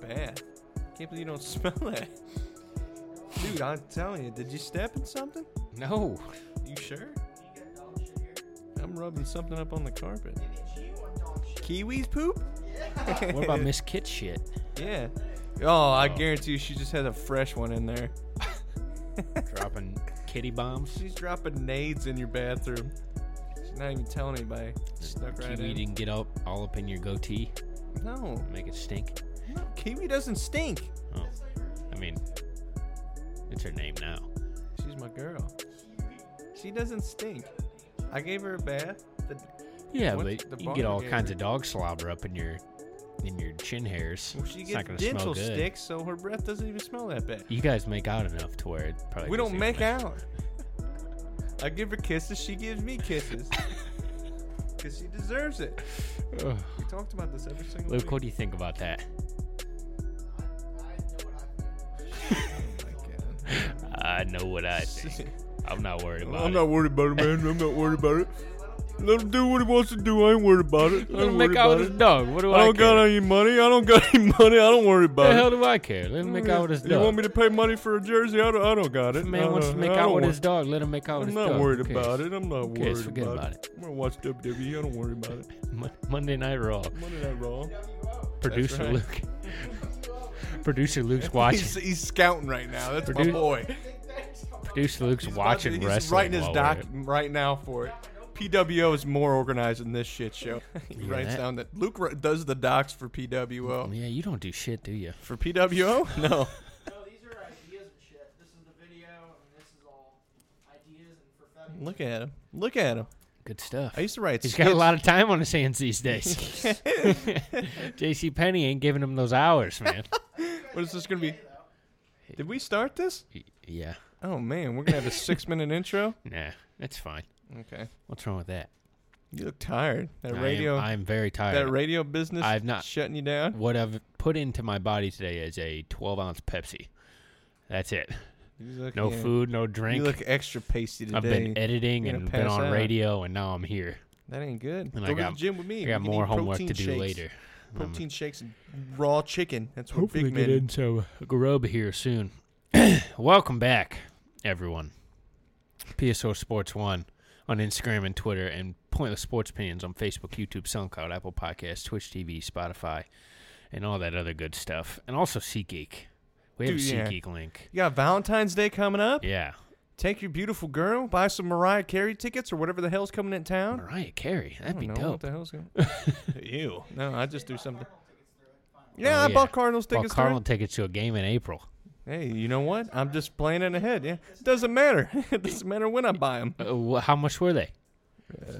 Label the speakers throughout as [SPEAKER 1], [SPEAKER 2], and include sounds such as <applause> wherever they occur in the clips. [SPEAKER 1] Bad. Can't believe you don't <laughs> smell that. Dude, I'm telling you, did you step in something?
[SPEAKER 2] No.
[SPEAKER 1] You sure? I'm rubbing something up on the carpet. Kiwi's poop?
[SPEAKER 3] What about Miss Kit
[SPEAKER 1] <laughs>
[SPEAKER 3] shit?
[SPEAKER 1] Yeah. Oh, I guarantee you she just has a fresh one in there.
[SPEAKER 2] Dropping.
[SPEAKER 3] Kitty bombs?
[SPEAKER 1] She's dropping nades in your bathroom. She's not even telling anybody. Snuck right
[SPEAKER 3] Kiwi
[SPEAKER 1] in.
[SPEAKER 3] didn't get up all up in your goatee,
[SPEAKER 1] No.
[SPEAKER 3] and make it stink.
[SPEAKER 1] no. Kiwi doesn't stink.
[SPEAKER 3] Oh, I mean, it's her name now.
[SPEAKER 1] She's my girl. She doesn't stink. I gave her a bath. The,
[SPEAKER 3] Yeah,
[SPEAKER 1] What's the
[SPEAKER 3] but you can get all
[SPEAKER 1] bargain?
[SPEAKER 3] kinds of dog slobber up in your in your chin hairs.
[SPEAKER 1] well, she
[SPEAKER 3] it's not gonna
[SPEAKER 1] gets
[SPEAKER 3] smell
[SPEAKER 1] dental
[SPEAKER 3] good.
[SPEAKER 1] sticks, so her breath doesn't even smell that bad.
[SPEAKER 3] You guys make out enough to where it probably
[SPEAKER 1] we
[SPEAKER 3] doesn't
[SPEAKER 1] don't
[SPEAKER 3] even
[SPEAKER 1] make out. I give her kisses. She gives me
[SPEAKER 3] <laughs>
[SPEAKER 1] kisses. Because she deserves it.
[SPEAKER 3] Ugh.
[SPEAKER 1] We talked about this every single
[SPEAKER 3] Luke, what
[SPEAKER 1] week.
[SPEAKER 3] do you think about that? I know what I
[SPEAKER 1] <laughs>
[SPEAKER 3] think. I'm not worried about it.
[SPEAKER 1] worried about it, man. I'm not worried about it. Let him do what he wants to do. I ain't worried about it.
[SPEAKER 3] Let him make out with his dog. What do I,
[SPEAKER 1] I don't
[SPEAKER 3] care?
[SPEAKER 1] got any money. I don't got <laughs> any money. I don't worry about
[SPEAKER 3] the
[SPEAKER 1] it.
[SPEAKER 3] hell do I care? Let him make out with his dog.
[SPEAKER 1] You want me to pay money for a jersey? I don't, I don't got it.
[SPEAKER 3] If a
[SPEAKER 1] I
[SPEAKER 3] man
[SPEAKER 1] don't-
[SPEAKER 3] wants to make
[SPEAKER 1] I
[SPEAKER 3] out
[SPEAKER 1] don't
[SPEAKER 3] with
[SPEAKER 1] wa-
[SPEAKER 3] his dog, let him make out with
[SPEAKER 1] I'm
[SPEAKER 3] his
[SPEAKER 1] not
[SPEAKER 3] dog. Who
[SPEAKER 1] worried
[SPEAKER 3] cares?
[SPEAKER 1] about it. I'm not
[SPEAKER 3] Who cares?
[SPEAKER 1] worried
[SPEAKER 3] Forget
[SPEAKER 1] about,
[SPEAKER 3] about
[SPEAKER 1] it. I'm gonna watch WWE. I don't worry about it.
[SPEAKER 3] Mon- Monday Night Raw.
[SPEAKER 1] Monday Night Raw.
[SPEAKER 3] Producer
[SPEAKER 1] right.
[SPEAKER 3] Luke. <laughs> Producer Luke's watching.
[SPEAKER 1] <laughs> He's, he's scouting right now. That's my
[SPEAKER 3] Produ-
[SPEAKER 1] boy.
[SPEAKER 3] Producer Luke's
[SPEAKER 1] He's about to-
[SPEAKER 3] watching
[SPEAKER 1] he's
[SPEAKER 3] wrestling.
[SPEAKER 1] writing his
[SPEAKER 3] while
[SPEAKER 1] doc
[SPEAKER 3] we're-
[SPEAKER 1] right now for it. PWO is more organized than this shit
[SPEAKER 3] <laughs>
[SPEAKER 1] show. he
[SPEAKER 3] Yeah,
[SPEAKER 1] writes
[SPEAKER 3] that-
[SPEAKER 1] down that Luke ri- does the docs for PWO.
[SPEAKER 3] Yeah, you don't do shit, do you? <laughs>
[SPEAKER 1] For PWO? No. Look at him. Look at him.
[SPEAKER 3] Good stuff.
[SPEAKER 1] I used to write
[SPEAKER 3] He's
[SPEAKER 1] skits.
[SPEAKER 3] got a lot of time on his hands
[SPEAKER 1] <laughs>
[SPEAKER 3] these days. JC Penny ain't giving him those hours,
[SPEAKER 1] <laughs>
[SPEAKER 3] man.
[SPEAKER 1] What is this going to be? Did we start this?
[SPEAKER 3] Y- yeah.
[SPEAKER 1] Oh, man. We're going to have a six minute intro?
[SPEAKER 3] Nah, that's fine.
[SPEAKER 1] Okay.
[SPEAKER 3] What's wrong with that?
[SPEAKER 1] You look tired. That
[SPEAKER 3] I am-
[SPEAKER 1] radio.
[SPEAKER 3] I am very tired.
[SPEAKER 1] that radio business
[SPEAKER 3] I've not-
[SPEAKER 1] shutting you down.
[SPEAKER 3] what I've put into my body today is a 12 ounce Pepsi. That's it.
[SPEAKER 1] You look-
[SPEAKER 3] No
[SPEAKER 1] yeah.
[SPEAKER 3] food, no
[SPEAKER 1] You
[SPEAKER 3] drink.
[SPEAKER 1] look extra pasty today.
[SPEAKER 3] I've been editing
[SPEAKER 1] You're
[SPEAKER 3] and
[SPEAKER 1] gonna
[SPEAKER 3] been
[SPEAKER 1] pass
[SPEAKER 3] on
[SPEAKER 1] out.
[SPEAKER 3] radio, and now I'm here.
[SPEAKER 1] That ain't good.
[SPEAKER 3] And
[SPEAKER 1] Go
[SPEAKER 3] I got
[SPEAKER 1] to the gym with me.
[SPEAKER 3] I got
[SPEAKER 1] We can
[SPEAKER 3] more
[SPEAKER 1] eat
[SPEAKER 3] homework
[SPEAKER 1] protein
[SPEAKER 3] to do
[SPEAKER 1] shakes.
[SPEAKER 3] later. Um,
[SPEAKER 1] Protein shakes and raw chicken. That's what
[SPEAKER 3] hopefully
[SPEAKER 1] big
[SPEAKER 3] get
[SPEAKER 1] men.
[SPEAKER 3] into a grub here soon. <coughs> Welcome back, everyone. PSO Sports One on Instagram and Twitter, and Pointless Sports Opinions on Facebook, YouTube, SoundCloud, Apple Podcasts, Twitch TV, Spotify, and all that other good stuff. And also SeatGeek. We have
[SPEAKER 1] Dude,
[SPEAKER 3] a
[SPEAKER 1] yeah.
[SPEAKER 3] SeatGeek link.
[SPEAKER 1] You got Valentine's Day coming up.
[SPEAKER 3] Yeah.
[SPEAKER 1] Take your beautiful girl, buy some Mariah Carey tickets or whatever the hell's coming in town.
[SPEAKER 3] Mariah Carey.
[SPEAKER 1] I
[SPEAKER 3] That'd
[SPEAKER 1] don't
[SPEAKER 3] be
[SPEAKER 1] know
[SPEAKER 3] dope.
[SPEAKER 1] what the hell's going.
[SPEAKER 3] <laughs>
[SPEAKER 1] Ew. No, I just do something.
[SPEAKER 3] Oh,
[SPEAKER 1] Yeah, I bought Cardinals
[SPEAKER 3] Bought
[SPEAKER 1] tickets.
[SPEAKER 3] Cardinal
[SPEAKER 1] Cardinal
[SPEAKER 3] tickets to a game in April.
[SPEAKER 1] hey, you know what? I'm just planning ahead. Yeah, it doesn't matter. <laughs> it doesn't matter when I buy them.
[SPEAKER 3] Uh, wh- how much were they?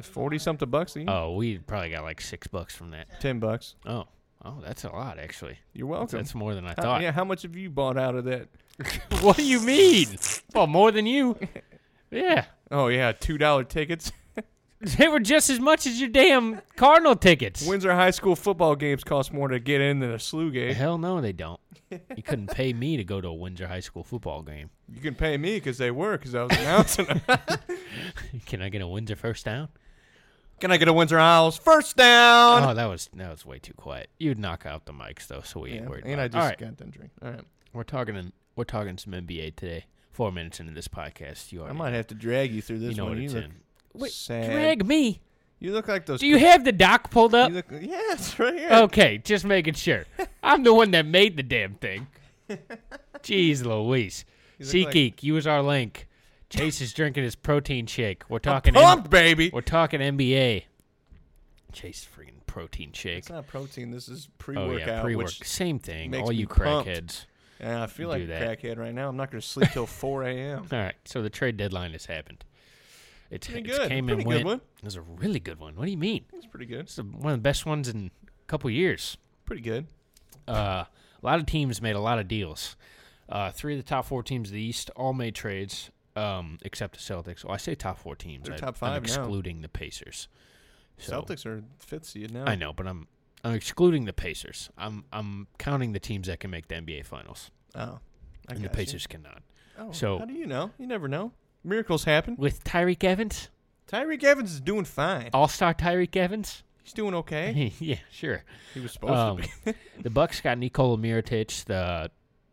[SPEAKER 1] Forty something bucks. each.
[SPEAKER 3] Oh, we probably got like six bucks from that.
[SPEAKER 1] Ten bucks.
[SPEAKER 3] Oh, oh, that's a lot actually.
[SPEAKER 1] You're
[SPEAKER 3] That's-
[SPEAKER 1] welcome.
[SPEAKER 3] That's more than I
[SPEAKER 1] How-
[SPEAKER 3] thought.
[SPEAKER 1] uh, yeah, how much have you bought out of that?
[SPEAKER 3] <laughs> what do you mean? Well, more than you.
[SPEAKER 1] <laughs>
[SPEAKER 3] Yeah,
[SPEAKER 1] Oh yeah, two dollar tickets. <laughs>
[SPEAKER 3] they were just as much as your damn Cardinal tickets.
[SPEAKER 1] Windsor High School football games cost more to get in than a
[SPEAKER 3] <laughs>
[SPEAKER 1] slew game.
[SPEAKER 3] Hell no, they don't. You couldn't pay me to go to a Windsor High School football game. <laughs>
[SPEAKER 1] You can pay me because they were because I was announcing. them.
[SPEAKER 3] Can I get a Windsor first down?
[SPEAKER 1] can I get a Windsor Owls first down?
[SPEAKER 3] Oh, that was that was way too quiet. You'd knock out the mics though, so we
[SPEAKER 1] Yeah,
[SPEAKER 3] ain't worried.
[SPEAKER 1] and
[SPEAKER 3] about
[SPEAKER 1] I
[SPEAKER 3] it.
[SPEAKER 1] just
[SPEAKER 3] All right,
[SPEAKER 1] got done drinking. All right,
[SPEAKER 3] we're talking we're talking some NBA today. Four minutes into this podcast, you are.
[SPEAKER 1] I might have to drag you through this
[SPEAKER 3] you know
[SPEAKER 1] one.
[SPEAKER 3] what
[SPEAKER 1] You
[SPEAKER 3] it's
[SPEAKER 1] look
[SPEAKER 3] in. Wait,
[SPEAKER 1] sad.
[SPEAKER 3] drag me.
[SPEAKER 1] You look like those.
[SPEAKER 3] Do you have Oh, the doc pulled up?
[SPEAKER 1] you look, <laughs> yeah, it's right here.
[SPEAKER 3] Okay, just making
[SPEAKER 1] <laughs>
[SPEAKER 3] sure. I'm the one that made the damn thing.
[SPEAKER 1] <laughs>
[SPEAKER 3] Jeez Louise.
[SPEAKER 1] look
[SPEAKER 3] SeatGeek,
[SPEAKER 1] like-
[SPEAKER 3] Geek, use our link. Chase is drinking his protein shake. We're talking
[SPEAKER 1] Pump,
[SPEAKER 3] N-
[SPEAKER 1] baby.
[SPEAKER 3] we're talking NBA. Chase freaking protein shake.
[SPEAKER 1] It's not protein. This is
[SPEAKER 3] Oh
[SPEAKER 1] pre-workout.
[SPEAKER 3] yeah, pre-work.
[SPEAKER 1] Which,
[SPEAKER 3] Same thing.
[SPEAKER 1] makes
[SPEAKER 3] All
[SPEAKER 1] me
[SPEAKER 3] you
[SPEAKER 1] pumped.
[SPEAKER 3] crackheads.
[SPEAKER 1] and I feel like
[SPEAKER 3] Do
[SPEAKER 1] a
[SPEAKER 3] that. <laughs>
[SPEAKER 1] crackhead right now. I'm not going to sleep till 4 a.m.
[SPEAKER 3] All right, so the trade deadline has happened. It,
[SPEAKER 1] Pretty
[SPEAKER 3] it
[SPEAKER 1] good.
[SPEAKER 3] came
[SPEAKER 1] Pretty
[SPEAKER 3] and
[SPEAKER 1] good
[SPEAKER 3] went.
[SPEAKER 1] one.
[SPEAKER 3] It was a really good one. What do you mean?
[SPEAKER 1] It's pretty good.
[SPEAKER 3] It's the- one of the best ones in a couple years.
[SPEAKER 1] Pretty good.
[SPEAKER 3] Uh, a lot of teams made a lot of deals. Uh, three of the top four teams of the East all made trades, um, except the Celtics. Well, I say top four teams.
[SPEAKER 1] They're
[SPEAKER 3] I,
[SPEAKER 1] top
[SPEAKER 3] I'm
[SPEAKER 1] five now.
[SPEAKER 3] excluding the Pacers. So-
[SPEAKER 1] Celtics are fifth seed now.
[SPEAKER 3] I know, but I'm I'm excluding the Pacers. I'm I'm counting the teams that can make the NBA Finals,
[SPEAKER 1] Oh, I
[SPEAKER 3] and the
[SPEAKER 1] got you.
[SPEAKER 3] Pacers cannot.
[SPEAKER 1] Oh,
[SPEAKER 3] so-
[SPEAKER 1] how do you know? You never know. Miracles happen.
[SPEAKER 3] With Tyreek Evans,
[SPEAKER 1] Tyreek Evans is doing fine.
[SPEAKER 3] All Star Tyreek Evans.
[SPEAKER 1] He's doing okay.
[SPEAKER 3] <laughs> yeah, sure.
[SPEAKER 1] He was supposed
[SPEAKER 3] Um,
[SPEAKER 1] to be. <laughs>
[SPEAKER 3] the Bucks got Nikola Mirotic. The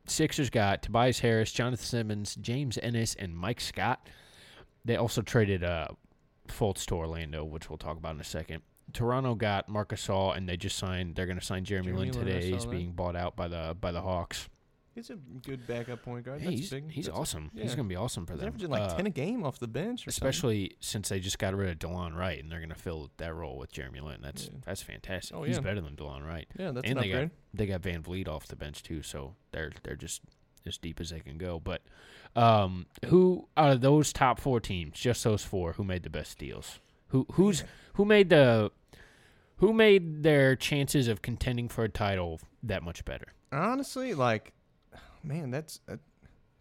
[SPEAKER 3] Sixers got Tobias Harris, Jonathan Simmons, James Ennis, and Mike Scott. They also traded uh, Fultz to Orlando, which we'll talk about in a second. Toronto got Marcus All, and they just signed. They're going to sign Jeremy,
[SPEAKER 1] Jeremy
[SPEAKER 3] Lin
[SPEAKER 1] Lin, I
[SPEAKER 3] today.
[SPEAKER 1] saw
[SPEAKER 3] He's
[SPEAKER 1] that.
[SPEAKER 3] being bought out by the by the Hawks.
[SPEAKER 1] he's a good backup point guard.
[SPEAKER 3] Hey,
[SPEAKER 1] That's
[SPEAKER 3] he's
[SPEAKER 1] big.
[SPEAKER 3] he's
[SPEAKER 1] That's-
[SPEAKER 3] awesome.
[SPEAKER 1] yeah.
[SPEAKER 3] He's going to be awesome for
[SPEAKER 1] He's
[SPEAKER 3] them.
[SPEAKER 1] averaging like
[SPEAKER 3] Uh,
[SPEAKER 1] ten a game off the bench, or something.
[SPEAKER 3] especially since they just got rid of DeLon Wright, and they're going to fill that role with Jeremy Lin. That's
[SPEAKER 1] Yeah.
[SPEAKER 3] that's fantastic.
[SPEAKER 1] Oh,
[SPEAKER 3] He's
[SPEAKER 1] yeah.
[SPEAKER 3] better than DeLon Wright.
[SPEAKER 1] Yeah, that's
[SPEAKER 3] and
[SPEAKER 1] an
[SPEAKER 3] they got
[SPEAKER 1] upgrade.
[SPEAKER 3] they got Van Vliet off the bench too, so they're they're just as deep as they can go. But um, who out of those top four teams, just those four, who made the best deals? Who who's who made the who made their chances of contending for a title that much better?
[SPEAKER 1] Honestly, like, <sighs> man, that's uh,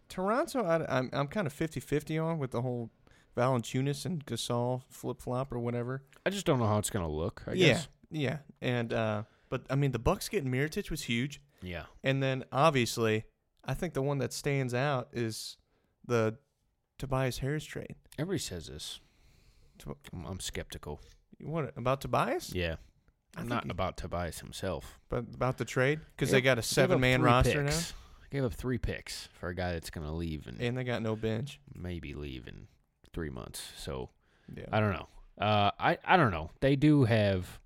[SPEAKER 1] Toronto. I, I'm I'm kind of 50-50 on with the whole Valanciunas and Gasol flip flop or whatever.
[SPEAKER 3] I just don't know how it's gonna look. I
[SPEAKER 1] yeah,
[SPEAKER 3] guess.
[SPEAKER 1] yeah, and uh, but I mean the Bucks getting Miritich was huge,
[SPEAKER 3] Yeah.
[SPEAKER 1] and then obviously I think the one that stands out is the Tobias Harris trade.
[SPEAKER 3] Everybody says this.
[SPEAKER 1] Tob-
[SPEAKER 3] I'm, I'm skeptical.
[SPEAKER 1] What about Tobias?
[SPEAKER 3] Yeah.
[SPEAKER 1] I think
[SPEAKER 3] Not
[SPEAKER 1] he-
[SPEAKER 3] about Tobias himself.
[SPEAKER 1] But about the trade because
[SPEAKER 3] Gave
[SPEAKER 1] they
[SPEAKER 3] up- gave
[SPEAKER 1] got a
[SPEAKER 3] up
[SPEAKER 1] seven man
[SPEAKER 3] three
[SPEAKER 1] roster
[SPEAKER 3] picks. Gave up three picks for a guy that's gonna leave and
[SPEAKER 1] now, and they got no bench.
[SPEAKER 3] maybe leave in three months. So
[SPEAKER 1] Yeah,
[SPEAKER 3] I don't know. Uh, I I don't know. They do have.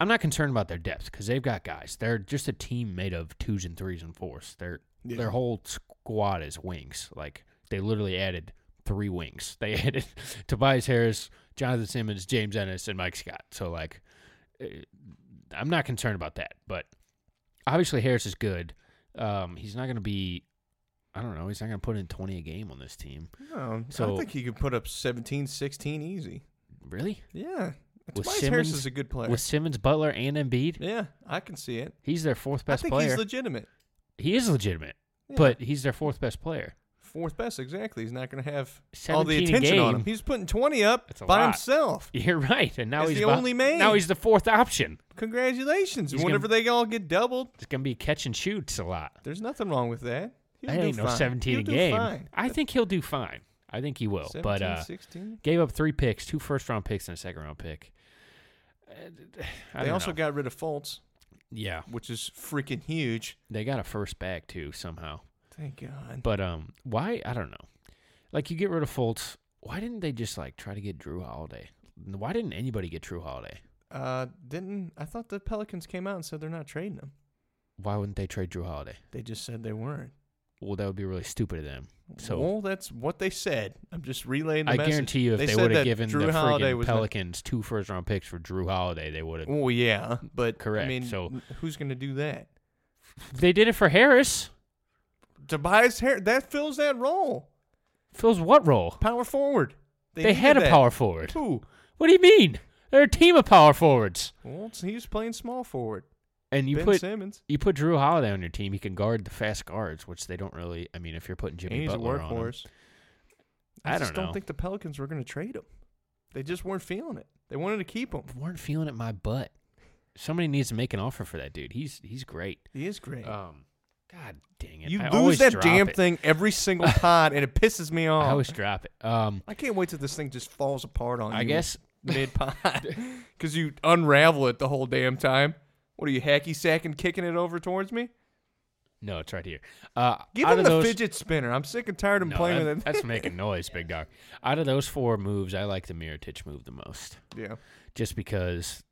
[SPEAKER 3] I'm not concerned about their depth because they've got guys. They're just a team made of twos and threes and fours. Their
[SPEAKER 1] Yeah.
[SPEAKER 3] their whole squad is wings. Like they literally added three wings. <laughs> They added Tobias Harris, Jonathan Simmons, James Ennis, and Mike Scott. So like, eh, I'm not concerned about that. But obviously Harris is good. Um, he's not going to be. I don't know. He's not going to put in 20 a game on this team.
[SPEAKER 1] No,
[SPEAKER 3] So-
[SPEAKER 1] I think he could put up 17, 16 easy.
[SPEAKER 3] Really?
[SPEAKER 1] Yeah.
[SPEAKER 3] With
[SPEAKER 1] Tobias Harris
[SPEAKER 3] Simmons-
[SPEAKER 1] is a good player.
[SPEAKER 3] With Simmons, Butler, and Embiid,
[SPEAKER 1] yeah, I can see it.
[SPEAKER 3] he's their fourth best
[SPEAKER 1] I think
[SPEAKER 3] player.
[SPEAKER 1] he's legitimate.
[SPEAKER 3] he is legitimate,
[SPEAKER 1] Yeah.
[SPEAKER 3] but he's their fourth best player. <laughs>
[SPEAKER 1] fourth best, exactly. He's not going to have all the
[SPEAKER 3] 17 a
[SPEAKER 1] attention on
[SPEAKER 3] game.
[SPEAKER 1] him. He's putting 20 up
[SPEAKER 3] That's a
[SPEAKER 1] by
[SPEAKER 3] lot.
[SPEAKER 1] himself.
[SPEAKER 3] You're right, and now
[SPEAKER 1] He's
[SPEAKER 3] he's
[SPEAKER 1] the
[SPEAKER 3] beh-
[SPEAKER 1] only man.
[SPEAKER 3] Now he's the fourth option.
[SPEAKER 1] Congratulations.
[SPEAKER 3] He's
[SPEAKER 1] Whenever they all get doubled,
[SPEAKER 3] It's gonna be catch and shoots a lot.
[SPEAKER 1] there's nothing wrong with that. He'll
[SPEAKER 3] That
[SPEAKER 1] do
[SPEAKER 3] ain't no
[SPEAKER 1] fine.
[SPEAKER 3] 17
[SPEAKER 1] He'll
[SPEAKER 3] a
[SPEAKER 1] do
[SPEAKER 3] game.
[SPEAKER 1] fine.
[SPEAKER 3] I think he'll do fine. I think he will.
[SPEAKER 1] 17,
[SPEAKER 3] but uh,
[SPEAKER 1] 16.
[SPEAKER 3] gave up three picks, two first round picks, and a second round pick. <sighs> Uh, I
[SPEAKER 1] They
[SPEAKER 3] don't
[SPEAKER 1] also
[SPEAKER 3] know.
[SPEAKER 1] got rid of Fultz,
[SPEAKER 3] yeah,
[SPEAKER 1] which is freaking huge.
[SPEAKER 3] they got a first back too somehow.
[SPEAKER 1] Thank God.
[SPEAKER 3] But um, why? I don't know. Like you get rid of Fultz. Why didn't they just like try to get Drew Holiday? Why didn't anybody get Drew Holiday?
[SPEAKER 1] Uh, didn't I thought the Pelicans came out and said they're not trading him.
[SPEAKER 3] Why wouldn't they trade Drew Holiday?
[SPEAKER 1] They just said they weren't.
[SPEAKER 3] Well, that would be really stupid of them. So
[SPEAKER 1] well, that's what they said. I'm just relaying the
[SPEAKER 3] I
[SPEAKER 1] message.
[SPEAKER 3] guarantee you, if they,
[SPEAKER 1] said
[SPEAKER 3] would have
[SPEAKER 1] that
[SPEAKER 3] given
[SPEAKER 1] Drew
[SPEAKER 3] the
[SPEAKER 1] Holiday
[SPEAKER 3] freaking
[SPEAKER 1] was not-
[SPEAKER 3] Pelicans two first round picks for Drew Holiday, they would have.
[SPEAKER 1] well, yeah, but
[SPEAKER 3] Correct,
[SPEAKER 1] I mean,
[SPEAKER 3] so-
[SPEAKER 1] n- who's going to do that?
[SPEAKER 3] They did it for Harris.
[SPEAKER 1] Tobias Harris that fills that role.
[SPEAKER 3] Fills what role?
[SPEAKER 1] Power forward.
[SPEAKER 3] They,
[SPEAKER 1] needed
[SPEAKER 3] had a
[SPEAKER 1] that.
[SPEAKER 3] power forward.
[SPEAKER 1] Who?
[SPEAKER 3] What do you mean? They're a team of power forwards,
[SPEAKER 1] Well, it's- he was playing small forward.
[SPEAKER 3] and you
[SPEAKER 1] ben
[SPEAKER 3] put
[SPEAKER 1] Simmons.
[SPEAKER 3] you put Drew Holiday on your team. He can guard the fast guards, which they don't really. I mean, if you're putting
[SPEAKER 1] and
[SPEAKER 3] Jimmy
[SPEAKER 1] he's a
[SPEAKER 3] Butler on, him,
[SPEAKER 1] workhorse.
[SPEAKER 3] I
[SPEAKER 1] just
[SPEAKER 3] don't
[SPEAKER 1] don't
[SPEAKER 3] know.
[SPEAKER 1] think the Pelicans were going to trade him. They just weren't feeling it. They wanted to keep him.
[SPEAKER 3] weren't feeling it my butt. Somebody needs to make an offer for that dude. He's he's great.
[SPEAKER 1] He is great.
[SPEAKER 3] Um, God dang it!
[SPEAKER 1] you
[SPEAKER 3] I
[SPEAKER 1] lose
[SPEAKER 3] always
[SPEAKER 1] that
[SPEAKER 3] drop
[SPEAKER 1] damn
[SPEAKER 3] it.
[SPEAKER 1] thing
[SPEAKER 3] <laughs>
[SPEAKER 1] every single pod, and it pisses me off.
[SPEAKER 3] I always drop it. Um,
[SPEAKER 1] I can't wait till this thing just falls apart on you.
[SPEAKER 3] I
[SPEAKER 1] <laughs>
[SPEAKER 3] guess <laughs>
[SPEAKER 1] mid <laughs> pod because you unravel it the whole damn time. What are you hacky sacking, kicking it over towards me?
[SPEAKER 3] no, it's right here. Uh,
[SPEAKER 1] Give
[SPEAKER 3] out
[SPEAKER 1] him
[SPEAKER 3] of
[SPEAKER 1] the
[SPEAKER 3] those,
[SPEAKER 1] fidget spinner. I'm sick and tired of him
[SPEAKER 3] No,
[SPEAKER 1] playing
[SPEAKER 3] that-
[SPEAKER 1] with it.
[SPEAKER 3] That's
[SPEAKER 1] <laughs>
[SPEAKER 3] making noise, big dog. Out of those four moves, I like the Miritich move the most,
[SPEAKER 1] yeah,
[SPEAKER 3] just because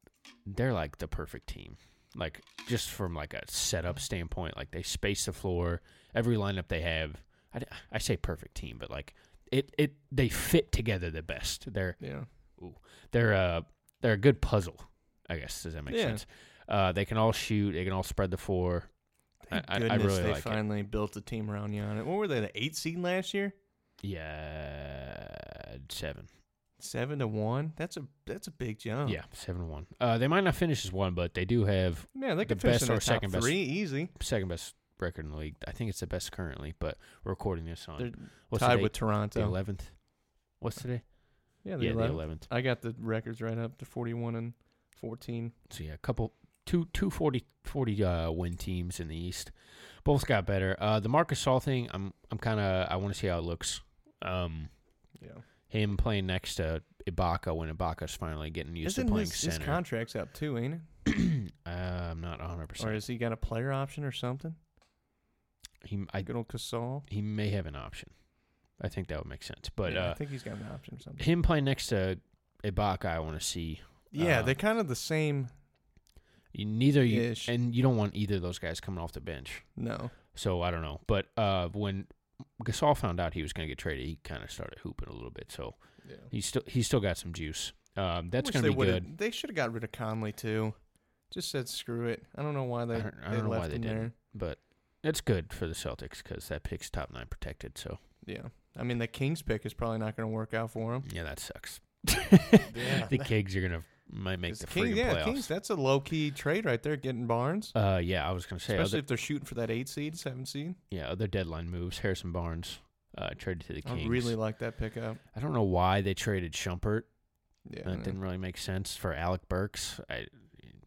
[SPEAKER 3] they're like the perfect team. Like just from like a setup standpoint, like they space the floor. Every lineup they have, I, d- I say perfect team, but like it it they fit together the best. They're
[SPEAKER 1] yeah.
[SPEAKER 3] Ooh. They're uh they're a good puzzle, I guess. Does that make
[SPEAKER 1] Yeah.
[SPEAKER 3] sense? Uh, they can all shoot. They can all spread the floor. I, I, I
[SPEAKER 1] Goodness,
[SPEAKER 3] really
[SPEAKER 1] they
[SPEAKER 3] like it.
[SPEAKER 1] finally built a team around Giannis. What were they, the eight seed last year?
[SPEAKER 3] Yeah, seven.
[SPEAKER 1] Seven to one. That's a that's a big jump.
[SPEAKER 3] Yeah, seven to one. Uh, they might not finish as one, but they do have
[SPEAKER 1] man, they
[SPEAKER 3] The
[SPEAKER 1] could finish
[SPEAKER 3] best
[SPEAKER 1] in the
[SPEAKER 3] or
[SPEAKER 1] top
[SPEAKER 3] second best.
[SPEAKER 1] three easy.
[SPEAKER 3] second best record in the league. I think it's the best currently, but we're recording this on
[SPEAKER 1] They're
[SPEAKER 3] what's
[SPEAKER 1] tied
[SPEAKER 3] today?
[SPEAKER 1] with
[SPEAKER 3] the
[SPEAKER 1] Toronto.
[SPEAKER 3] eleventh. What's today?
[SPEAKER 1] yeah,
[SPEAKER 3] yeah,
[SPEAKER 1] the 11th.
[SPEAKER 3] the eleventh.
[SPEAKER 1] I got the records right up to forty-one and fourteen.
[SPEAKER 3] So yeah, a couple two two forty forty uh, win teams in the East. Both got better. Uh, the Marcus Saul thing, I'm I'm kind of I want to see how it looks. Um,
[SPEAKER 1] Yeah,
[SPEAKER 3] him playing next to Ibaka when Ibaka's finally getting used
[SPEAKER 1] Isn't
[SPEAKER 3] to playing
[SPEAKER 1] his, his
[SPEAKER 3] center.
[SPEAKER 1] contract's up too, ain't it?
[SPEAKER 3] uh, I'm not 100.
[SPEAKER 1] Or
[SPEAKER 3] percent
[SPEAKER 1] has he got a player option or something?
[SPEAKER 3] He I,
[SPEAKER 1] Good old Gasol.
[SPEAKER 3] he may have an option. I think that would make sense. But
[SPEAKER 1] Yeah, I
[SPEAKER 3] uh,
[SPEAKER 1] think he's got an option or something.
[SPEAKER 3] him playing next to Ibaka, I want to see.
[SPEAKER 1] Yeah,
[SPEAKER 3] uh,
[SPEAKER 1] they're kind of the same.
[SPEAKER 3] You, neither you
[SPEAKER 1] Ish.
[SPEAKER 3] and you don't want either of those guys coming off the bench.
[SPEAKER 1] No,
[SPEAKER 3] So I don't know. But uh, when Gasol found out he was going to get traded, he kind of started hooping a little bit. So
[SPEAKER 1] Yeah.
[SPEAKER 3] he's still he's still got some juice. Um, that's
[SPEAKER 1] Wish
[SPEAKER 3] going to
[SPEAKER 1] they
[SPEAKER 3] be
[SPEAKER 1] would've-
[SPEAKER 3] good.
[SPEAKER 1] They should have got rid of Conley too. Just said screw it. I don't know why they
[SPEAKER 3] I don't, I
[SPEAKER 1] they
[SPEAKER 3] don't know
[SPEAKER 1] left
[SPEAKER 3] why they
[SPEAKER 1] him
[SPEAKER 3] didn't, but that's good for the Celtics because that pick's top nine protected. So
[SPEAKER 1] there. Yeah, I mean the Kings pick is probably not going to work out
[SPEAKER 3] <laughs>
[SPEAKER 1] for him.
[SPEAKER 3] yeah, that sucks.
[SPEAKER 1] Yeah.
[SPEAKER 3] the Kings are going to might make the
[SPEAKER 1] Kings,
[SPEAKER 3] freaking
[SPEAKER 1] yeah,
[SPEAKER 3] playoffs.
[SPEAKER 1] Kings. That's a low key trade right there, getting Barnes.
[SPEAKER 3] uh, yeah, I was going to say
[SPEAKER 1] Especially
[SPEAKER 3] other,
[SPEAKER 1] if they're shooting for that eight seed, seven seed.
[SPEAKER 3] yeah other deadline moves. Harrison Barnes uh, traded to the Kings.
[SPEAKER 1] I really like that pickup.
[SPEAKER 3] I don't know why they traded Shumpert.
[SPEAKER 1] Yeah, I
[SPEAKER 3] That
[SPEAKER 1] know.
[SPEAKER 3] didn't really make sense for Alec Burks. I,